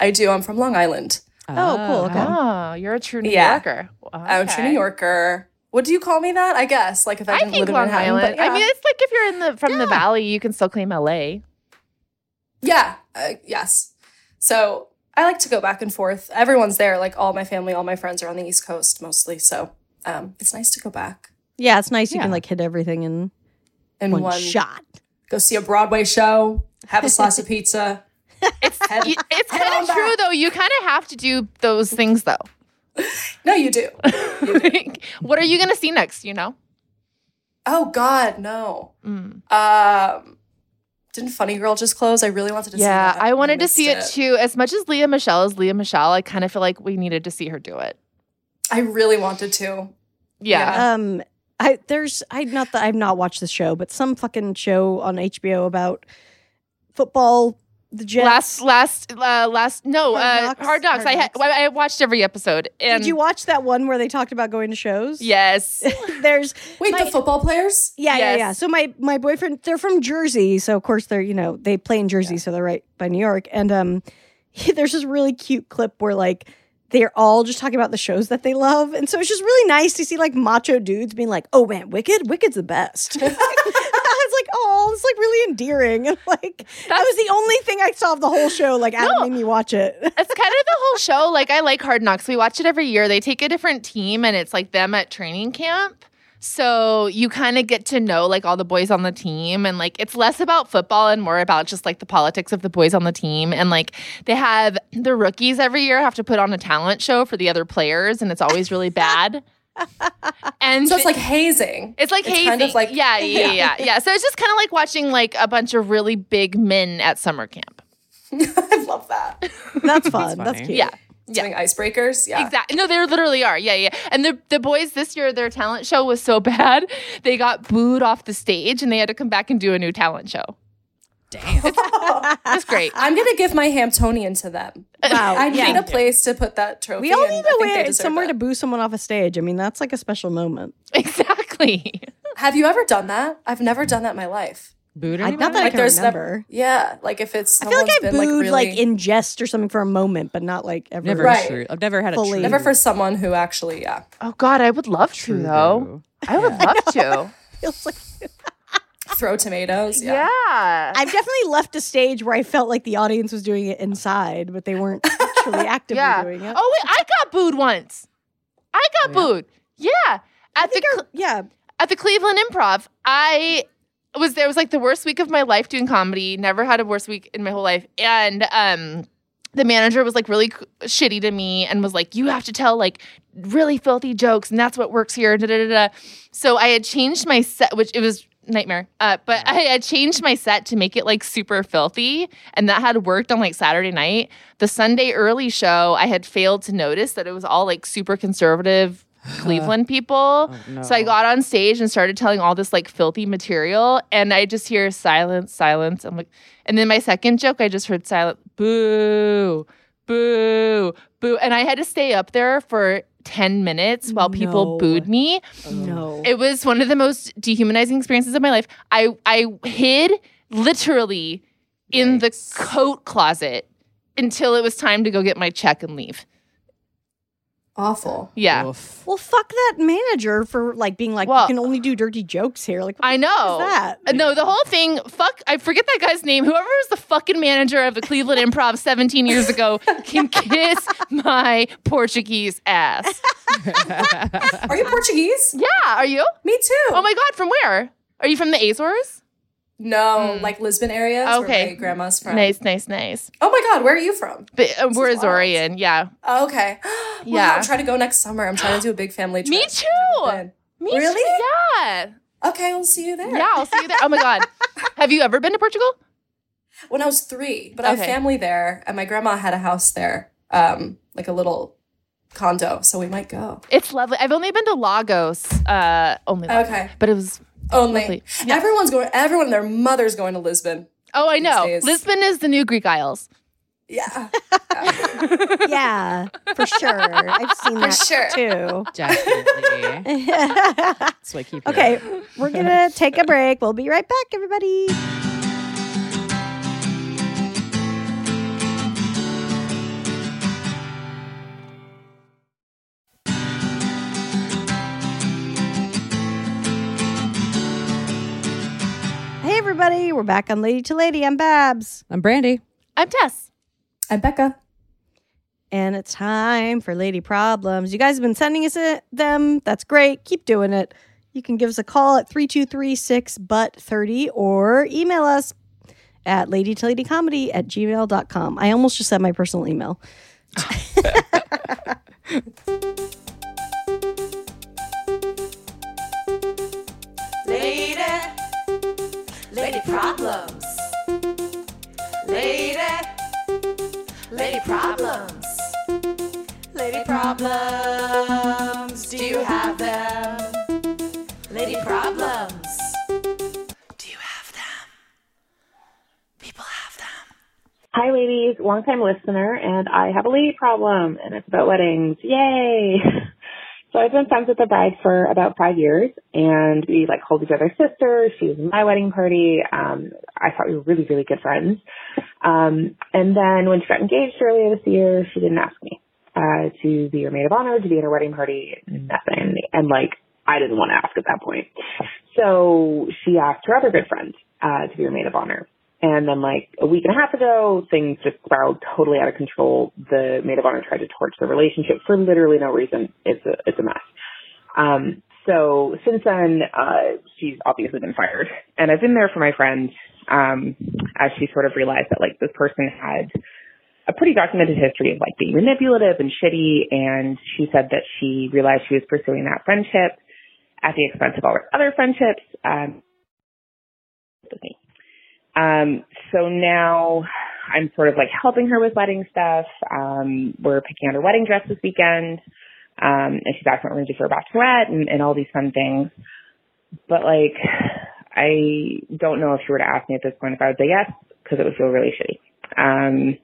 S7: I do. I'm from Long Island.
S2: Oh,
S3: Ah.
S2: cool. Okay.
S4: Oh, you're a true New
S7: Yeah.
S4: Yorker.
S7: I'm a true New
S4: Okay.
S7: Yorker. What do you call me that? I guess. Like if I
S4: I
S7: didn't
S4: think
S7: live in
S4: Long
S7: Manhattan. but
S4: Island. I
S7: yeah.
S4: mean, it's like if you're in the from the valley, you can still claim LA.
S7: Yeah. Uh, yes. So I like to go back and forth. Everyone's there. Like all my family, all my friends are on the East Coast mostly. So um, it's nice to go back
S2: Yeah, it's nice. You
S3: Yeah.
S2: can like hit everything in
S7: in
S2: one,
S7: one,
S2: shot.
S7: Go see a Broadway show. Have a slice of pizza. Head-
S4: You- It's
S7: Head
S4: kind
S7: on
S4: of true
S7: back.
S4: though. You kind of have to do those things though.
S7: no, you do.
S4: what are you gonna see next? You know.
S7: Oh God, no.
S4: Mm.
S7: Um, didn't Funny Girl just close? I really wanted to see
S4: Yeah,
S7: that.
S4: I wanted to see it,
S7: missed
S4: too. As much as Leah Michelle is Leah Michelle, I kind of feel like we needed to see her do it.
S7: I really wanted to.
S4: Yeah.
S2: Um, I there's I not that I've not watched the show, but some fucking show on HBO about football. The Jets.
S4: Last, last, uh, last.
S2: Hard
S4: No, uh,
S2: Knocks?
S4: Hard Knocks.
S2: Hard
S4: I had.
S2: Knocks.
S4: I I watched every episode. And
S2: Did you watch that one where they talked about going to shows?
S4: Yes.
S2: there's
S7: Wait,
S2: My-
S7: the football players?
S2: yeah, yeah,
S4: Yes.
S2: yeah. So my my boyfriend, they're from Jersey, so of course they're you know they play in Jersey, so they're right by New York. And um, there's this really cute clip where like they're all just talking about the shows that they love, and so it's just really nice to see like macho dudes being like, "Oh man, Wicked, Wicked's the best." I was like, "Oh, it's like really endearing," and like that was the only thing I saw of the whole show. Like Adam made me watch it.
S4: It's kind of the whole show. Like I like Hard Knocks. We watch it every year. They take a different team and it's like them at training camp. So you kind of get to know like all the boys on the team and like it's less about football and more about just like the politics of the boys on the team and like they have the rookies every year have to put on a talent show for the other players and it's always really bad. and
S7: So it's like hazing.
S4: it's like
S7: It's
S4: hazing.
S7: kind of like-
S4: yeah, yeah, yeah, yeah. So it's just kind of like watching like a bunch of really big men at summer camp.
S7: I love that.
S2: That's fun. That's,
S3: funny.
S2: cute.
S4: Yeah.
S7: Doing icebreakers. Yeah.
S4: Exactly. No, they literally are. Yeah, yeah. And the the boys this year, their talent show was so bad, they got booed off the stage, and they had to come back and do a new talent show. Damn, it's great.
S7: I'm gonna give my Hamptonian to them.
S4: Uh,
S2: Wow.
S4: oh,
S7: I
S2: yeah.
S7: need a place to put that trophy.
S2: We all
S7: and
S2: need
S7: I
S2: to
S7: think they
S2: wear
S7: deserve
S2: somewhere
S7: it.
S2: to boo someone off a stage. I mean, that's like a special moment.
S4: Exactly.
S7: Have you ever done that? I've never done that in my life.
S3: Booed
S2: I,
S3: anybody?
S2: not that I
S7: Like
S2: can
S7: there's
S2: remember.
S7: never. Yeah, like if it's.
S2: I feel like I
S7: someone's
S2: booed
S7: been,
S2: like,
S7: really-
S2: in jest or something for a moment, but not like ever.
S3: Never
S7: Right.
S3: true. I've never had a
S2: Fully.
S3: true.
S7: Never for someone who actually, yeah.
S4: Oh God, I would love to
S3: true
S4: though.
S3: boo.
S4: I would love to.
S2: Feels like-
S7: Throw tomatoes. Yeah.
S4: Yeah.
S2: I've definitely left a stage where I felt like the audience was doing it inside, but they weren't actually actively
S4: yeah. Oh
S2: doing it.
S4: wait, I got booed once. I got booed. Yeah. At the cl-
S2: yeah.
S4: at the Cleveland Improv, I was there was like the worst week of my life doing comedy. Never had a worse week in my whole life. And um the manager was like really c- shitty to me and was like you have to tell like really filthy jokes and that's what works here. Da, da, da, da. So I had changed my set which it was nightmare. Uh, but I had changed my set to make it like super filthy and that had worked on like Saturday night. The Sunday early show, I had failed to notice that it was all like super conservative Cleveland people. So I got on stage and started telling all this like filthy material, and I just hear silence, silence. I'm like, and then my second joke, I just heard silent, boo, boo, boo, and I had to stay up there for. 10 minutes while people
S2: No.
S4: booed me.
S2: No.
S4: It was one of the most dehumanizing experiences of my life. I I hid literally in the coat closet until it was time to go get my check and leave.
S7: Awful.
S4: Yeah.
S3: Oof.
S2: well, fuck that manager for like being like,
S4: Well-
S2: you can only do dirty jokes here. Like, what
S4: I know.
S2: the fuck is that?
S4: Uh, No, the whole thing, fuck, I forget that guy's name. Whoever was the fucking manager of the Cleveland Improv 17 years ago can kiss my Portuguese ass.
S7: Are you Portuguese?
S4: Yeah, are you?
S7: Me too.
S4: Oh my God, from where? Are you from the Azores?
S7: No, like Lisbon area. is
S4: Okay.
S7: Where my grandma's from.
S4: Nice, nice, nice.
S7: Oh my God, where are you from?
S4: But uh, we're
S7: is wild.
S4: Azorian, yeah.
S7: Oh, okay. yeah.
S4: Yeah.
S7: I'm trying to go next summer. I'm trying to do a big family trip.
S4: Me too.
S7: Good.
S4: Me too,
S7: Really?
S4: Yeah.
S7: Okay, we'll see you there.
S4: Yeah, I'll see you there. Oh my god. Have you ever been to Portugal?
S7: When I was three, but I have
S4: Okay.
S7: family there, and my grandma had a house there, um, like a little condo. So we might go.
S4: It's lovely. I've only been to Lagos. Uh only Lagos.
S7: Okay.
S4: But it was
S7: Only
S4: Lovely. Yeah.
S7: everyone's going. Everyone, and their mother's going to Lisbon.
S4: Oh, I know.
S7: days.
S4: Lisbon is the new Greek Isles.
S7: Yeah.
S2: yeah, for sure. I've seen that
S7: sure.
S2: too.
S3: Definitely. That's why I keep hearing.
S2: okay, we're gonna take a break. We'll be right back, everybody. Hey everybody, we're back on Lady to Lady. I'm Babs.
S3: I'm Brandy.
S4: I'm Tess.
S7: I'm Becca.
S2: And it's time for Lady Problems. You guys have been sending us it, them. That's great. Keep doing it. You can give us a call at 3236 but 30 or email us at lady to lady comedy at gmail.com. I almost just said my personal email.
S9: Lady, lady problems. Lady, lady problems. Lady problems, do you have them? Lady problems, do you have them? People have them.
S10: Hi, ladies, longtime listener, and I have a lady problem, and it's about weddings. Yay! So I've been friends with the bride for about five years, and we like hold each other's sisters. She was in my wedding party. Um, I thought we were really, really good friends. Um, and then when she got engaged earlier this year, she didn't ask me uh, to be her maid of honor, to be at her wedding party,
S6: Mm.
S10: nothing. And like, I didn't want to ask at that point. So she asked her other good friend uh, to be her maid of honor. And then like a week and a half ago, things just spiraled totally out of control. The maid of honor tried to torch the relationship for literally no reason. It's a, it's a mess. Um, so since then, uh, she's obviously been fired and I've been there for my friend, um, as she sort of realized that like this person had a pretty documented history of like being manipulative and shitty. And she said that she realized she was pursuing that friendship at the expense of all her other friendships. Um, with me. Um, so now I'm sort of like helping her with wedding stuff. Um, we're picking out her wedding dress this weekend. Um, and she's asking what we're going to do for her bachelorette and, and all these fun things. But like, I don't know if she were to ask me at this point if I would say yes, because it would feel really shitty. Um,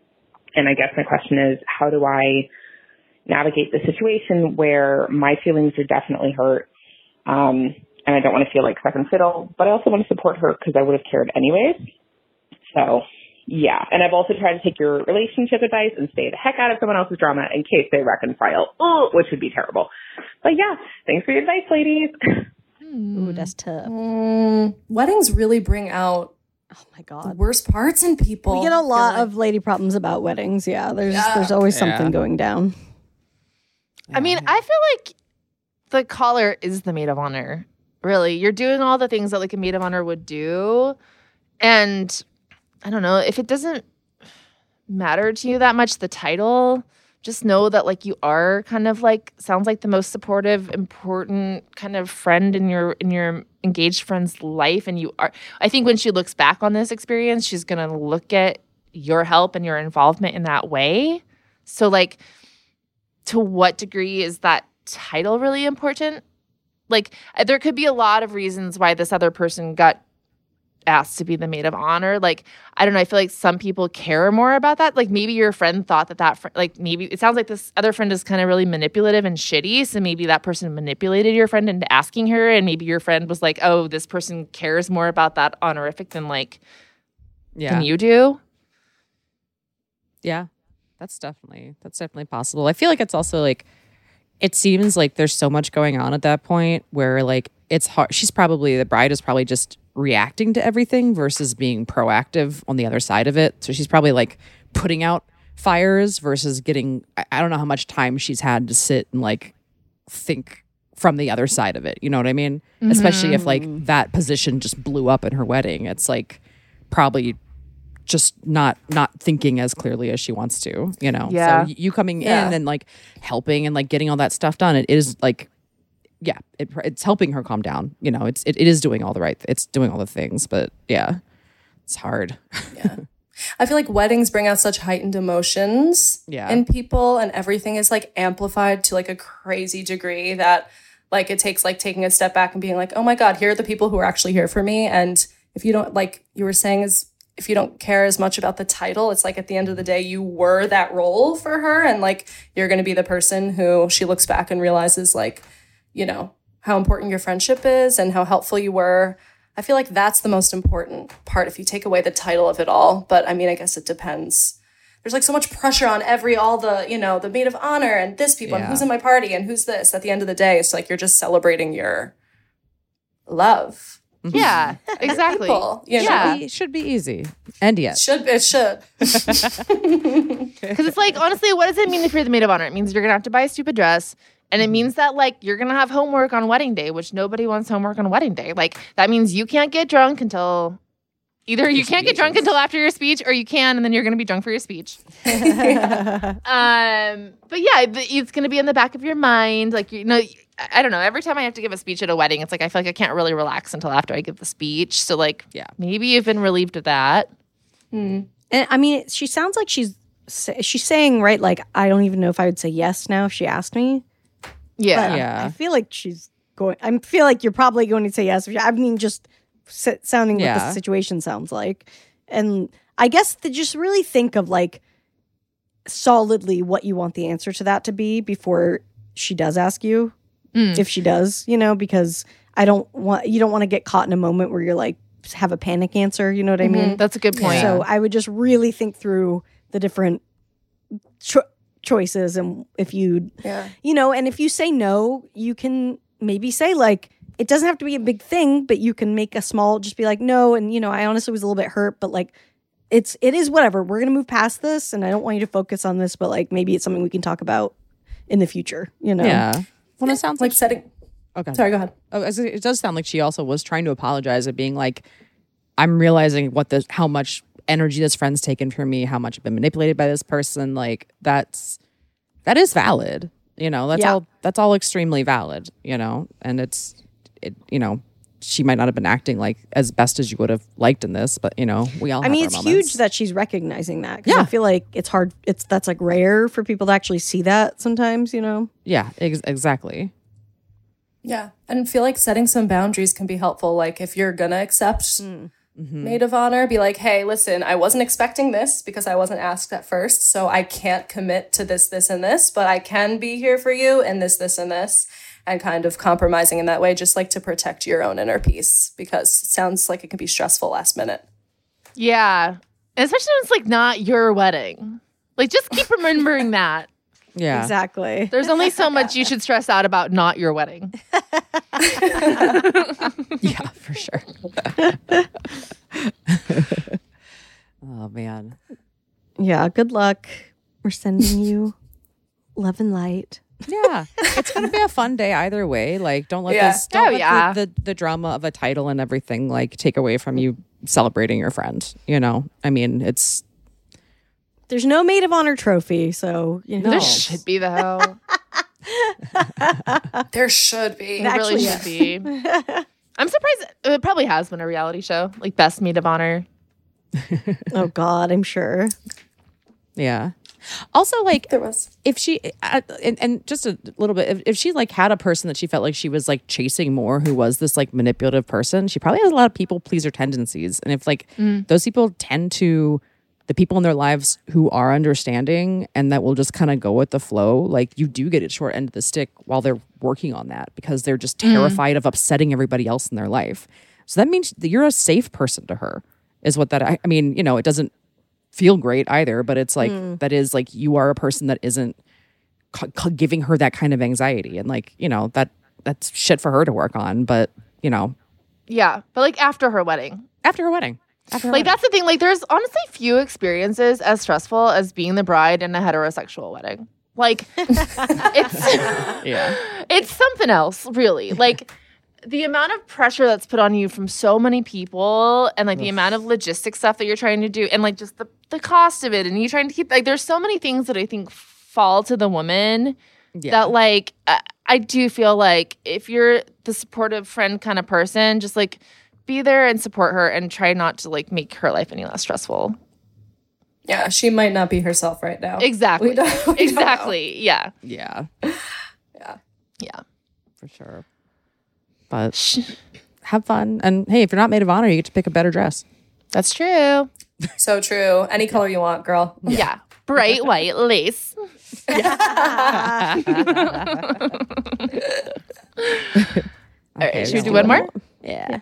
S10: and I guess my question is, how do I navigate the situation where my feelings are definitely hurt? Um, and I don't want to feel like second fiddle, but I also want to support her because I would have cared anyways. So yeah. And I've also tried to take your relationship advice and stay the heck out of someone else's drama in case they reconcile, oh, which would be terrible. But yeah, thanks for your advice, ladies.
S2: Ooh, that's tough.
S7: Mm, weddings really bring out
S2: Oh my
S7: the
S2: god.
S7: worst parts in people.
S2: We get a
S7: I
S2: lot
S7: feel
S2: of lady problems about weddings. Yeah, there's
S7: Yeah.
S2: there's always
S3: Yeah.
S2: something going down.
S4: I mean, I feel like the caller is the maid of honor. Really, you're doing all the things that like a maid of honor would do, and I don't know if it doesn't matter to you that much the title. Just know that like you are kind of like sounds like the most supportive, important kind of friend in your in your engaged friend's life, and you are. I think when she looks back on this experience, she's gonna look at your help and your involvement in that way. So like to what degree is that title really important? Like, uh, there could be a lot of reasons why this other person got asked to be the maid of honor. Like, I don't know. I feel like some people care more about that. Like, maybe your friend thought that that, fr- like, maybe it sounds like this other friend is kind of really manipulative and shitty. So maybe that person manipulated your friend into asking her. And maybe your friend was like, oh, this person cares more about that honorific than, like,
S3: Yeah.
S4: than you do.
S3: Yeah. That's definitely that's definitely possible. I feel like it's also like it seems like there's so much going on at that point where like it's hard she's probably the bride is probably just reacting to everything versus being proactive on the other side of it. So she's probably like putting out fires versus getting I, I don't know how much time she's had to sit and like think from the other side of it. You know what I mean? Especially if like that position just blew up in her wedding. It's like probably just not not thinking as clearly as she wants to, you know.
S4: Yeah.
S3: So y- you coming
S7: Yeah.
S3: in and like helping and like getting all that stuff done, it is like yeah, it, pr- it's helping her calm down. You know, it's it, it is doing all the right it's doing all the things, but yeah. It's hard.
S7: I feel like weddings bring out such heightened emotions
S3: Yeah.
S7: in people, and everything is like amplified to like a crazy degree that like it takes like taking a step back and being like, oh my God, here are the people who are actually here for me. And if you don't, like you were saying, is if you don't care as much about the title, it's like at the end of the day, you were that role for her, and like you're going to be the person who she looks back and realizes, like, you know, how important your friendship is and how helpful you were. I feel like that's the most important part if you take away the title of it all. But I mean, I guess it depends. There's like so much pressure on every, all the, you know, the maid of honor and this people and
S3: Yeah.
S7: who's in my party and who's this. At the end of the day, it's like you're just celebrating your love.
S4: Yeah, exactly.
S7: Mm-hmm. People, you
S4: yeah.
S3: It should be easy. And
S7: It
S3: yet.
S7: should, it should.
S4: Because it's like, honestly, what does it mean if you're the maid of honor? It means you're gonna have to buy a stupid dress. And it means that like you're gonna have homework on wedding day, which nobody wants homework on wedding day. Like that means you can't get drunk until either you can't get drunk until after your speech, or you can, and then you're gonna be drunk for your speech. um, but yeah, th- it's gonna be in the back of your mind. Like you know, I I don't know. Every time I have to give a speech at a wedding, it's like I feel like I can't really relax until after I give the speech. So like,
S3: Yeah.
S4: maybe you've been relieved of that.
S2: And I mean, she sounds like she's sa- she's saying right, like I don't even know if I would say yes now if she asked me.
S4: Yeah,
S2: But
S3: Yeah.
S2: I feel like she's going. I feel like you're probably going to say yes. If you- I mean, just s- sounding what
S3: Yeah.
S2: the situation sounds like, and I guess to just really think of like solidly what you want the answer to that to be before she does ask you,
S4: Mm.
S2: if she does, you know, because I don't want you don't want to get caught in a moment where you're like have a panic answer. You know what I mean?
S4: that's a good Mm-hmm. point.
S2: So I would just really think through the different cho- choices and if you,
S7: Yeah.
S2: you know, and if you say no, you can maybe say like, it doesn't have to be a big thing, but you can make a small, just be like, no. And, you know, I honestly was a little bit hurt, but like, it's, it is whatever. We're going to move past this. And I don't want you to focus on this, but like, maybe it's something we can talk about in the future, you know?
S3: Yeah. Well, it sounds like,
S7: Like setting,
S3: okay.
S7: sorry, go ahead.
S3: Oh, as- it does sound like she also was trying to apologize and being like, "I'm realizing what this, how much energy this friend's taken from me, how much I've been manipulated by this person." Like that's that is valid, you know. That's
S2: Yeah.
S3: all. That's all extremely valid, you know. And it's it, you know, she might not have been acting like as best as you would have liked in this, but you know, we all.
S2: I
S3: have
S2: mean,
S3: our
S2: it's
S3: moments.
S2: huge that she's recognizing that. 'cause I
S3: Yeah.
S2: feel like it's hard. It's that's like rare for people to actually see that sometimes, you know?
S3: Yeah, ex- exactly.
S7: Yeah. And feel like setting some boundaries can be helpful. Like if you're going to accept maid of honor, be like, hey, listen, I wasn't expecting this because I wasn't asked at first. So I can't commit to this, this, and this, but I can be here for you in this, this, and this. And kind of compromising in that way, just like to protect your own inner peace because it sounds like it can be stressful last minute.
S4: Yeah. Especially when it's like not your wedding. Like just keep remembering that.
S3: Yeah,
S2: Exactly.
S4: There's only so much you should stress out about not your wedding.
S3: yeah, for sure. oh man.
S2: Yeah, good luck. We're sending you love and light.
S3: Yeah, it's gonna be a fun day either way. Like, don't let
S7: Yeah.
S3: this, don't
S4: Oh,
S3: let the-
S4: yeah.
S3: the, the drama of a title and everything like take away from you celebrating your friend. You know, I mean, it's
S2: There's no maid of honor trophy, so you know
S4: There should be though.
S7: There should be.
S4: It
S2: Actually,
S4: really should be. I'm surprised it probably has been a reality show, like Best Maid of Honor.
S2: Oh God, I'm sure.
S3: yeah. Also, like,
S7: There was.
S3: if she uh, and, and just a little bit if, if she like had a person that she felt like she was like chasing more who was this like manipulative person she probably has a lot of people pleaser tendencies and if like
S7: Mm.
S3: those people tend to the people in their lives who are understanding and that will just kind of go with the flow like you do get a short end of the stick while they're working on that because they're just
S7: Mm.
S3: terrified of upsetting everybody else in their life so that means that you're a safe person to her is what that i, I mean you know it doesn't feel great either but it's like that is like you are a person that isn't c- c- giving her that kind of anxiety and like you know that that's shit for her to work on but you know
S4: Yeah. But like after her wedding.
S3: after her wedding after her
S4: Like
S3: wedding.
S4: that's the thing. Like there's honestly few experiences as stressful as being the bride in a heterosexual wedding. Like it's
S3: yeah
S4: it's something else, really. Like the amount of pressure that's put on you from so many people and like the amount of logistic stuff that you're trying to do and like just the, the cost of it and you trying to keep like there's so many things that I think fall to the woman
S3: Yeah.
S4: that like I, I do feel like if you're the supportive friend kind of person, just like be there and support her and try not to like make her life any less stressful.
S7: Yeah, she might not be herself right now.
S4: Exactly.
S7: We don't- we don't know.
S4: exactly. yeah.
S3: yeah,
S4: Yeah.
S3: for sure. But have fun, and hey, if you're not maid of honor, you get to pick a better dress.
S4: That's true.
S7: So true. Any color you want, girl.
S4: Yeah. Bright white lace. All right. Should we do one more?
S6: Yeah.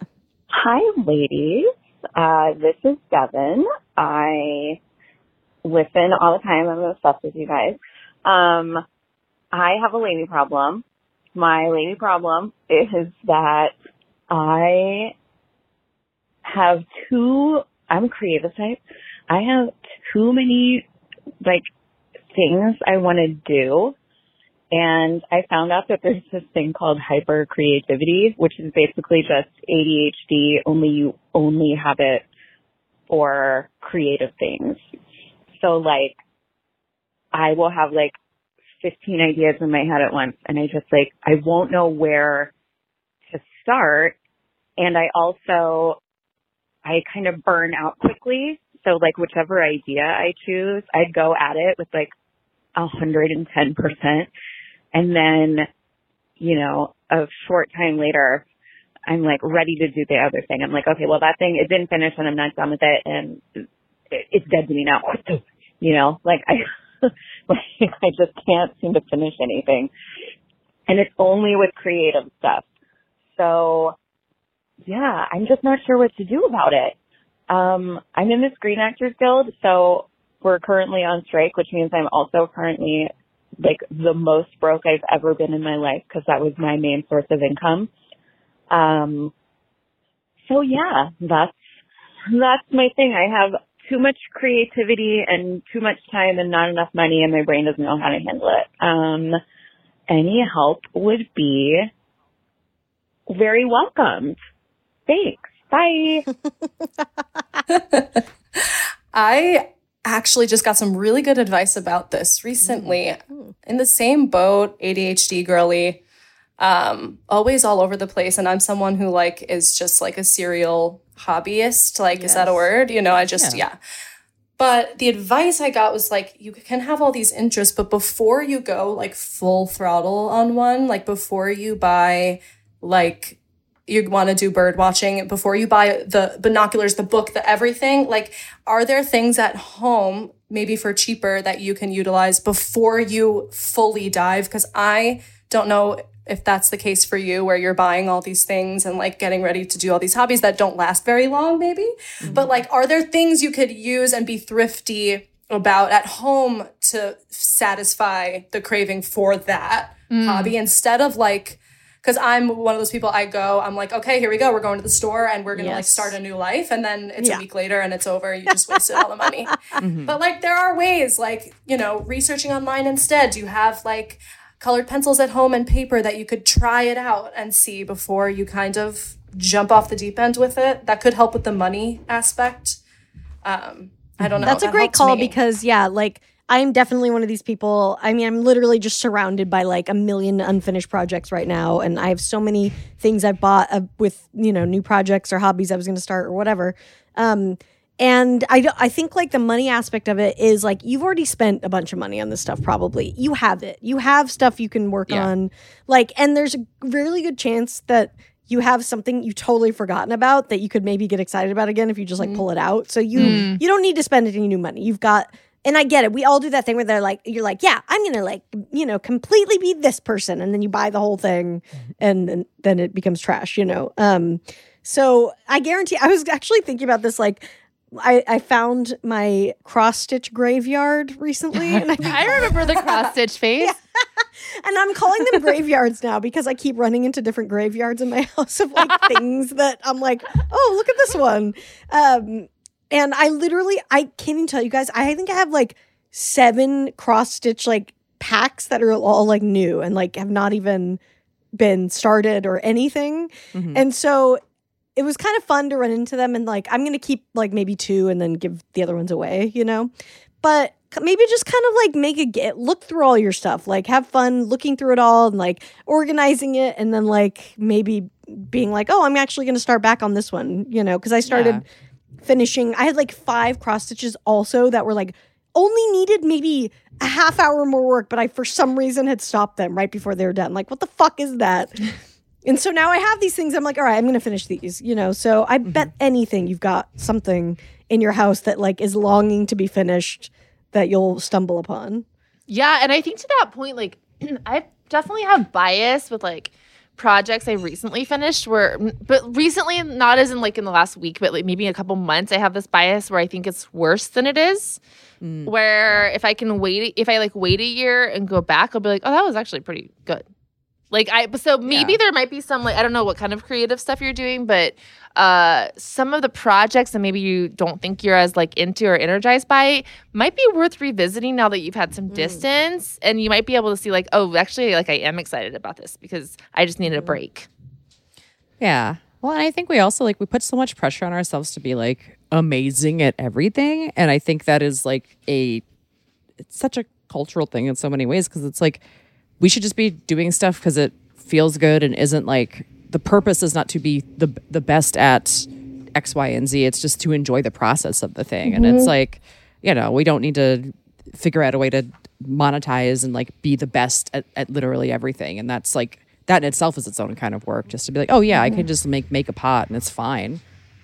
S11: Hi, ladies. Uh, this is Devin. I listen all the time. I'm obsessed with you guys. Um, I have a lady problem. My lady problem is that I have too, I'm a creative type. I have too many, like, things I want to do. And I found out that there's this thing called hyper creativity, which is basically just ADHD, only you only have it for creative things. So like, I will have like 15 ideas in my head at once and I just like, I won't know where to start. And I also, I kind of burn out quickly. So like whichever idea I choose, I go at it with like 110 percent and then, you know, a short time later, I'm like ready to do the other thing. I'm like, okay, well that thing, it didn't finish and I'm not done with it and it, it's dead to me now. You know, like I, like I just can't seem to finish anything. And it's only with creative stuff. So yeah, I'm just not sure what to do about it. Um, I'm in the Screen Actors Guild, so we're currently on strike, which means I'm also currently like the most broke I've ever been in my life because that was my main source of income. Um, so yeah, that's that's my thing. I have too much creativity and too much time and not enough money, and my brain doesn't know how to handle it. Um, any help would be very welcomed. Thanks. Bye.
S7: I actually just got some really good advice about this recently. In the same boat, ADHD girly, um, always all over the place. And I'm someone who like is just like a serial hobbyist. Like, is that a word? You know, I just yeah. But the advice I got was like, you can have all these interests, but before you go like full throttle on one, like before you buy like you want to do bird watching before you buy the binoculars, the book, the everything. Like, are there things at home, maybe for cheaper, that you can utilize before you fully dive? Because I don't know if that's the case for you, where you're buying all these things and like getting ready to do all these hobbies that don't last very long, maybe. But like, are there things you could use and be thrifty about at home to satisfy the craving for that
S4: Mm.
S7: hobby instead of like, because I'm one of those people. I go, I'm like, okay, here we go. We're going to the store and we're gonna like
S4: Yes.
S7: start a new life, and then it's
S4: Yeah.
S7: a week later and it's over. You just wasted all the money.
S2: Mm-hmm.
S7: But like, there are ways, like you know, researching online instead. You have like colored pencils at home and paper that you could try it out and see before you kind of jump off the deep end with it. That could help with the money aspect. Um, I don't know.
S2: That's a
S7: That
S2: great
S7: helped
S2: call
S7: me.
S2: because yeah, like I'm definitely one of these people. I mean, I'm literally just surrounded by like a million unfinished projects right now, and I have so many things I bought uh, with you know new projects or hobbies I was going to start or whatever. Um, and I d- I think like the money aspect of it is like you've already spent a bunch of money on this stuff. Probably you have it. You have stuff you can work on. Like, and there's a really good chance that you have something you totally forgotten about that you could maybe get excited about again if you just like pull it out. So you
S4: Mm.
S2: you don't need to spend any new money. You've got and I get it. We all do that thing where they're like you're like, yeah, I'm going to like, you know, completely be this person and then you buy the whole thing and then, then it becomes trash, you know. Um so I guarantee I was actually thinking about this like I, I found my cross stitch graveyard recently and I
S4: I remember the cross stitch phase.
S2: and I'm calling them graveyards now because I keep running into different graveyards in my house of like things that I'm like, oh, look at this one. Um, and I literally, I can't even tell you guys, I think I have like seven cross stitch like packs that are all like new and like have not even been started or anything.
S3: Mhm.
S2: And so it was kind of fun to run into them and like I'm going to keep like maybe two and then give the other ones away, you know. But c- maybe just kind of like make a get look through all your stuff, like have fun looking through it all and like organizing it and then like maybe being like, "Oh, I'm actually going to start back on this one," you know, cuz I started finishing. I had like five cross stitches also that were like only needed maybe a half hour more work, but I for some reason had stopped them right before they were done. Like, what the fuck is that? and so now I have these things. I'm like, all right, I'm gonna finish these, you know. So I bet anything you've got something in your house that like is longing to be finished that you'll stumble upon.
S4: Yeah, and I think to that point, like I definitely have bias with like projects I recently finished where but recently not as in like in the last week, but like maybe a couple months I have this bias where I think it's worse than it is. Where if I can wait if I like wait a year and go back, I'll be like, Oh, that was actually pretty good. Like I so maybe there might be some like I don't know what kind of creative stuff you're doing, but uh some of the projects that maybe you don't think you're as like into or energized by might be worth revisiting now that you've had
S3: Mm.
S4: some distance and you might be able to see like, oh, actually like I am excited about this because I just
S3: Mm.
S4: needed a break.
S3: Yeah. Well, and I think we also like we put so much pressure on ourselves to be like amazing at everything, and I think that is like a it's such a cultural thing in so many ways because it's like we should just be doing stuff because it feels good and isn't like the purpose is not to be the the best at X, Y, and Z. It's just to enjoy the process of the thing, and
S12: Mhm.
S3: it's like you know we don't need to figure out a way to monetize and like be the best at, at literally everything, and that's like that in itself is its own kind of work. Just to be like, oh yeah, I can
S12: Mhm.
S3: just make make a pot and it's fine,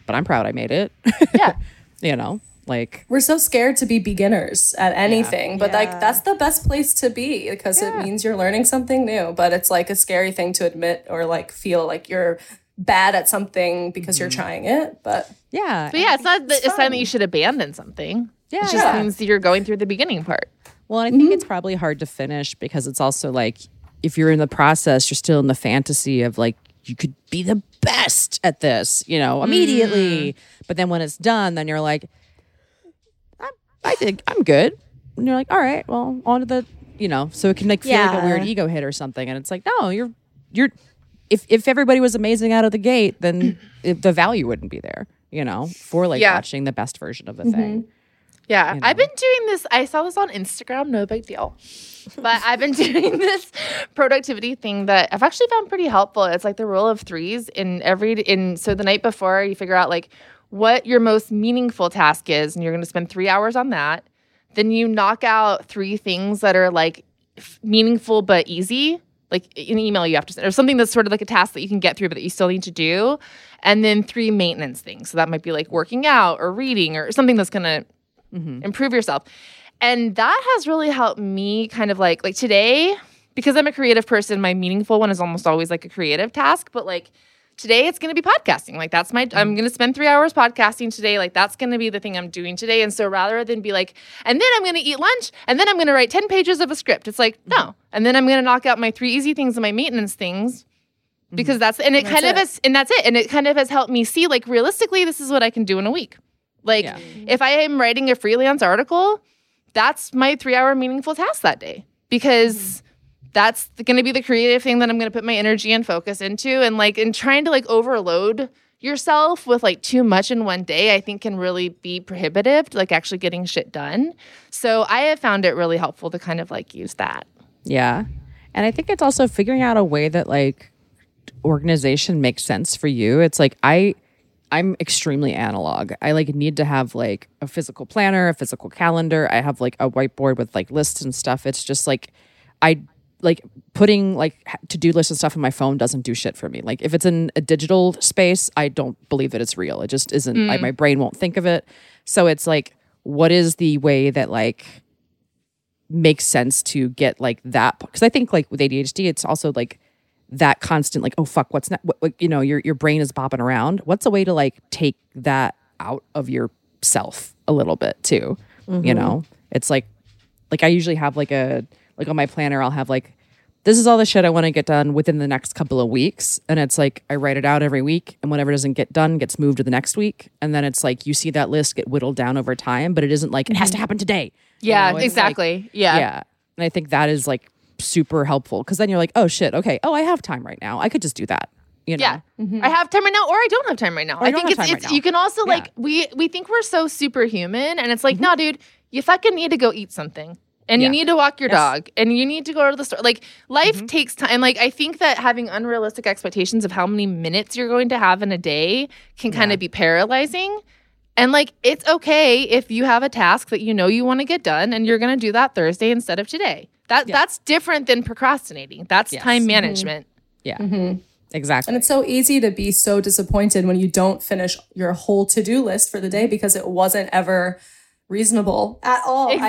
S3: but I'm proud I made it. Yeah, you know, like
S7: We're so scared to be beginners at anything, but like that's the best place to be because it means you're learning something new. But it's like a scary thing to admit or like feel like you're bad at something because you're trying it. But
S3: yeah.
S4: But yeah, it's not that it's time that you should abandon something.
S3: Yeah.
S4: It just
S3: Yeah.
S4: means that you're going through the beginning part.
S3: Well, and I think it's probably hard to finish because it's also like if you're in the process, you're still in the fantasy of like you could be the best at this, you know, immediately. But then when it's done, then you're like, I, I think I'm good. And you're like, all right, well, on to the, you know, so it can like feel like a weird
S12: Yeah.
S3: ego hit or something. And it's like, no, you're, you're, if if everybody was amazing out of the gate, then it, the value wouldn't be there, you know, for like
S4: Yeah.
S3: watching the best version of a thing.
S4: Yeah, I've been doing this. I saw this on Instagram, no big deal. But I've been doing this productivity thing that I've actually found pretty helpful. It's like the rule of threes in every in so the night before you figure out like what your most meaningful task is and you're going to spend 3 hours on that. Then you knock out three things that are like f- meaningful but easy, like an email you have to send or something that's sort of like a task that you can get through but that you still need to do. And then three maintenance things. So that might be like working out or reading or something that's going to improve yourself and that has really helped me kind of like like today because i'm a creative person my meaningful one is almost always like a creative task but like today it's going to be podcasting like that's my
S12: Mm.
S4: i'm going to spend three hours podcasting today like that's going to be the thing i'm doing today and so rather than be like and then i'm going to eat lunch and then i'm going to write 10 pages of a script it's like
S12: Mm.
S4: no and then i'm going to knock out my three easy things and my maintenance things because that's and it
S12: And
S4: kind
S12: Mm-hmm. that's
S4: of
S12: it.
S4: has and that's it and it kind of has helped me see like realistically this is what i can do in a week like if i am writing a freelance article that's my three hour meaningful task that day
S12: Mm-hmm.
S4: because that's going to be the creative thing that I'm going to put my energy and focus into. And like, and trying to like overload yourself with like too much in one day, I think can really be prohibitive to like actually getting shit done. So I have found it really helpful to kind of like use that.
S3: Yeah. And I think it's also figuring out a way that like organization makes sense for you. It's like I I'm extremely analog. I like need to have like a physical planner, a physical calendar. I have like a whiteboard with like lists and stuff. It's just like I like putting like ha- to-do lists and stuff on my phone doesn't do shit for me. Like if it's in a digital space, I don't believe that it's real. It just isn't like
S12: Mm.
S3: my brain won't think of it. So it's like what is the way that like makes sense to get like that because I think like with ADHD, it's also like that constant like oh fuck what's not what, what- you know your your brain is bopping around. What's a way to like take that out of yourself a little bit too? You
S12: Mhm.
S3: know, it's like like I usually have like a like on my planner I'll have like this is all the shit I want to get done within the next couple of weeks. And it's like I write it out every week and whatever doesn't get done gets moved to the next week. And then it's like you see that list get whittled down over time, but it isn't like it has to happen today. You
S4: Yeah,
S3: know, it's like-
S4: exactly. yeah.
S3: yeah. And I think that is like super helpful because then you're like, oh shit, okay, oh I have time right now. I could just do that. You know? Mm-hmm.
S4: Yeah, I have time right now, or I don't have time right now.
S3: Or
S4: I
S3: you don't have
S4: think it's,
S3: time
S4: it's
S3: right now.
S4: you can also like we we think we're so superhuman, and it's like, nah, dude, you fucking need to go eat something, and
S3: Mm-hmm. Yeah.
S4: you need to walk your
S3: Yes. Mm-hmm.
S4: dog, and you need to go to the store. Like life takes time. Like I think that having unrealistic expectations of how many minutes you're going to have in a day can kind of be paralyzing. And like it's okay if you have a task that you know you want to get done, and you're going to do that Thursday instead of today. That that's different than procrastinating. That's
S3: Yes.
S4: time
S3: Mhm.
S4: management.
S3: Yeah,
S7: Mhm.
S3: exactly.
S7: And it's so easy to be so disappointed when you don't finish your whole to do list for the day because it wasn't ever reasonable at all. I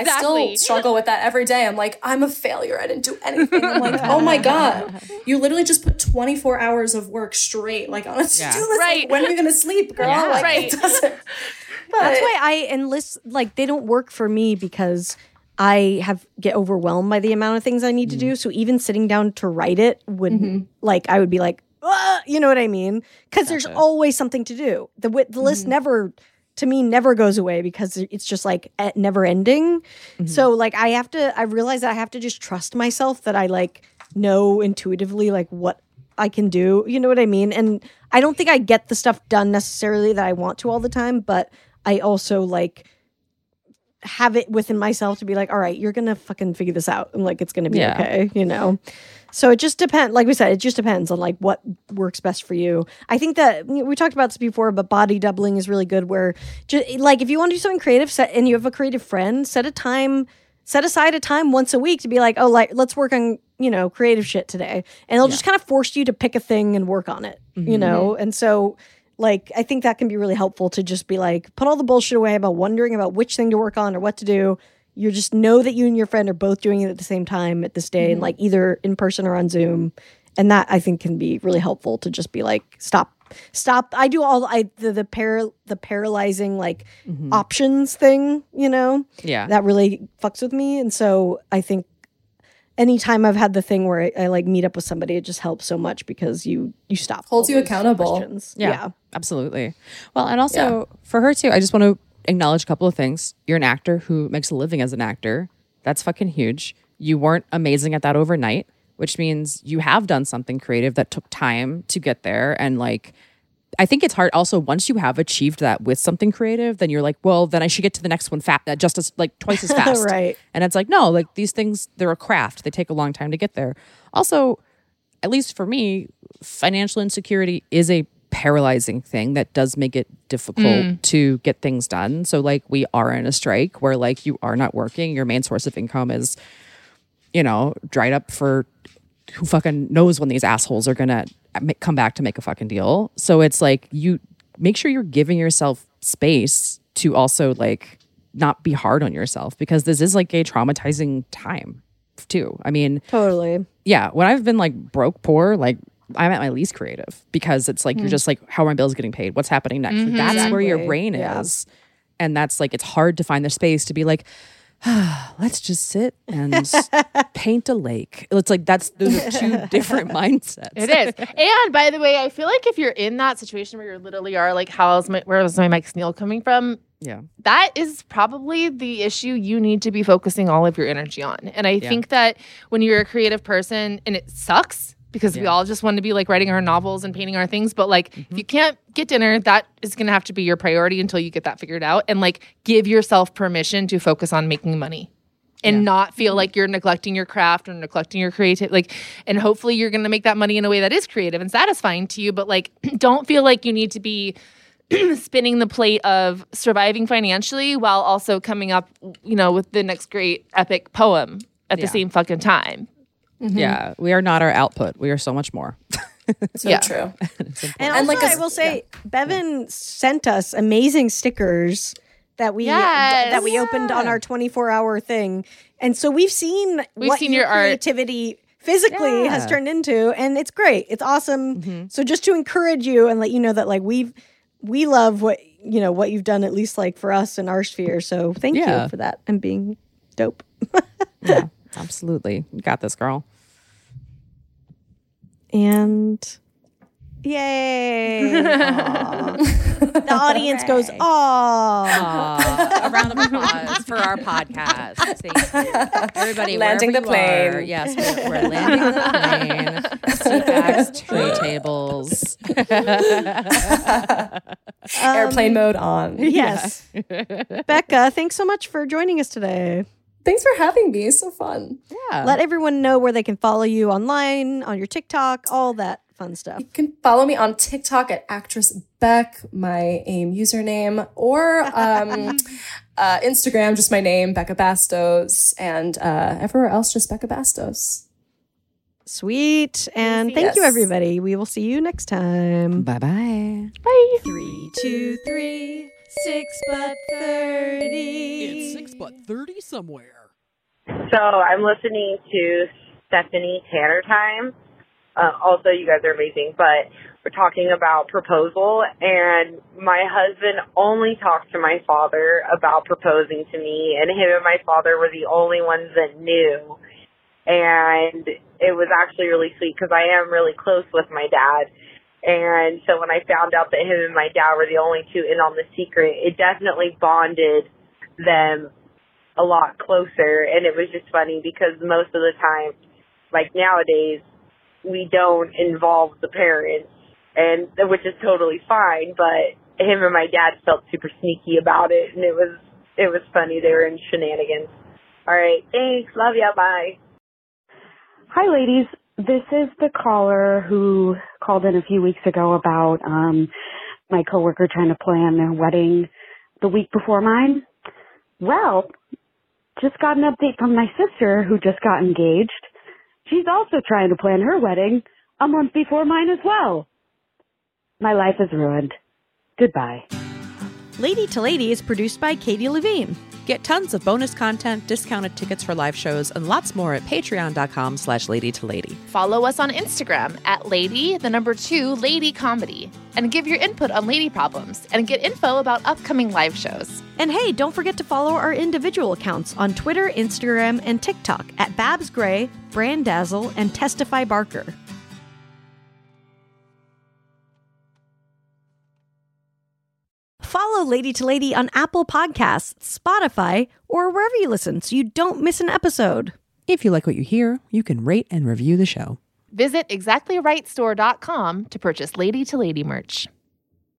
S7: still
S4: Exactly.
S7: struggle with that every day. I'm like, I'm a failure. I didn't do anything. I'm like, oh my God. You literally just put 24 hours of work straight, like on a to do
S2: Yeah.
S7: list. Like,
S4: Right.
S7: when are you going to sleep, girl?
S2: Yeah.
S7: Like,
S2: Right.
S7: it doesn't.
S2: That's why I enlist like they don't work for me because I have get overwhelmed by the amount of things I need to do. So even sitting down to write it would
S7: Mhm.
S2: like I would be like, "Ugh," you know what I mean? Because there's
S3: Gotcha.
S2: always something to do. The wi- the list never to me never goes away because it's just like eh, never ending. So like I have to I realize that I have to just trust myself that I like know intuitively like what I can do. You know what I mean? And I don't think I get the stuff done necessarily that I want to all the time, but I also like have it within myself to be like, all right, you're gonna fucking figure this out and like it's gonna be
S3: Yeah.
S2: okay, you know? So it just depends, like we said, it just depends on like what works best for you. I think that we we talked about this before, but body doubling is really good where just like if you want to do something creative set and you have a creative friend, set a time set aside a time once a week to be like, oh, like let's work on you know creative shit today, and it'll just kind of force you to pick a thing and work on it, you
S3: Mhm.
S2: know. And so, like, I think that can be really helpful to just be like, put all the bullshit away about wondering about which thing to work on or what to do. You just know that you and your friend are both doing it at the same time at this day,
S7: Mm-hmm.
S2: and like either in person or on Zoom, and that I think can be really helpful to just be like, stop. Stop! I do all I the the par the paralyzing like
S7: Mm-hmm.
S2: options thing, you know
S3: Yeah.
S2: that really fucks with me. And so I think anytime I've had the thing where I, I like meet up with somebody, it just helps so much because you you stop
S7: Holds
S2: all
S7: you
S2: those
S7: accountable.
S2: questions.
S3: Yeah,
S2: yeah.
S3: absolutely. Well, and also for her too, I just want to acknowledge a couple of things. You're an actor who makes a living as an actor. That's fucking huge. You weren't amazing at that overnight, which means you have done something creative that took time to get there. And like, I think it's hard also once you have achieved that with something creative, then you're like, well, then I should get to the next one fast, just as like twice as fast.
S2: Right.
S3: And it's like, no, like these things, they're a craft. They take a long time to get there. Also, at least for me, financial insecurity is a paralyzing thing that does make it difficult
S4: Mm.
S3: to get things done. So like we are in a strike where like you are not working, your main source of income is you know, dried up for who fucking knows when these assholes are going to come back to make a fucking deal. So it's like you make sure you're giving yourself space to also like not be hard on yourself because this is like a traumatizing time too. I mean,
S2: Totally.
S3: yeah, when I've been like broke poor, like I'm at my least creative because it's like you're just like, how are my bills getting paid? What's happening next?
S4: Mhm.
S3: That's where your
S2: Exactly.
S3: brain
S2: Yeah.
S3: is. And that's like it's hard to find the space to be like, ah, let's just sit and paint a lake. It's like that's those are two different mindsets.
S4: It is. And by the way, I feel like if you're in that situation where you literally are like, "How's my where was my Mike Sneal coming from?"
S3: Yeah.
S4: That is probably the issue you need to be focusing all of your energy on. And I
S3: Yeah.
S4: think that when you're a creative person, and it sucks because we
S3: Yeah. Mm-hmm.
S4: all just want to be like writing our novels and painting our things, but like if you can't get dinner, that is going to have to be your priority until you get that figured out. And like give yourself permission to focus on making money and not feel
S3: Mm-hmm.
S4: like you're neglecting your craft or neglecting your creative like and hopefully you're going to make that money in a way that is creative and satisfying to you but like don't feel like you need to be spinning the plate of surviving financially while also coming up you know with the next great epic poem at the
S3: Yeah.
S4: same fucking time
S3: Yeah. We are not our output. We are so much more.
S7: So
S4: Yeah.
S7: true.
S2: And,
S7: And,
S2: also,
S7: like,
S2: I will say, Bevan sent us amazing stickers that we
S4: Yes.
S2: that we opened on our 24 hour thing, and so we've seen
S4: We've
S2: what
S4: seen
S2: your
S4: your art.
S2: creativity physically has
S3: Yeah.
S2: turned into, and it's great. It's awesome. So just to encourage you and let you know that like we've we love what you know what you've done at least like for us in our sphere. So thank
S3: Yeah.
S2: you for that and being dope.
S3: yeah. Absolutely. You got this, girl.
S2: And yay. the audience goes, oh.
S3: Aw. All round of applause for our podcast. Thank you. Everybody,
S7: Landing
S3: wherever
S7: the
S3: you are,
S7: plane.
S3: yes, we're, we're landing the plane. Seatbacks, tray tables.
S7: Airplane mode on.
S2: Yes. Becca, thanks so much for joining us today.
S7: Thanks for having me. It's so fun.
S3: Yeah.
S2: Let everyone know where they can follow you online, on your TikTok, all that fun stuff.
S7: You can follow me on TikTok at actress Beck, my AIM username, or um, uh, Instagram, just my name, Becca Bastos, and uh, everywhere else, just Becca Bastos.
S2: Sweet. And thank you,
S7: Yes.
S2: everybody. We will see you next time.
S3: Bye bye.
S4: Bye.
S2: Three, two, three, six, but thirty.
S13: It's six but thirty somewhere.
S12: So I'm listening to Stephanie Tanner time. Uh, also, you guys are amazing, but we're talking about proposal, and my husband only talked to my father about proposing to me, and him and my father were the only ones that knew. And it was actually really sweet because I am really close with my dad. And so when I found out that him and my dad were the only two in on the secret, it definitely bonded them a lot closer and it was just funny because most of the time like nowadays we don't involve the parents and which is totally fine but him and my dad felt super sneaky about it and it was it was funny they were in shenanigans all right thanks love ya bye
S14: Hi, ladies. This is the caller who called in a few weeks ago about um, my coworker trying to plan their wedding the week before mine. Well, just got an update from my sister who just got engaged. She's also trying to plan her wedding a month before mine as well. My life is ruined. Goodbye.
S2: Lady to Lady is produced by Katie Levine.
S3: Get tons of bonus content, discounted tickets for live shows, and lots more at patreon.com slash lady to lady.
S4: Follow us on Instagram at Lady, the number two, Lady Comedy, and give your input on lady problems and get info about upcoming live shows.
S2: And hey, don't forget to follow our individual accounts on Twitter, Instagram, and TikTok at Babs Gray, Brandazzle, and Testify Barker. Follow Lady to Lady on Apple Podcasts, Spotify, or wherever you listen so you don't miss an episode.
S3: If you like what you hear, you can rate and review the show.
S4: Visit exactlyrightstore.com to purchase Lady to Lady merch.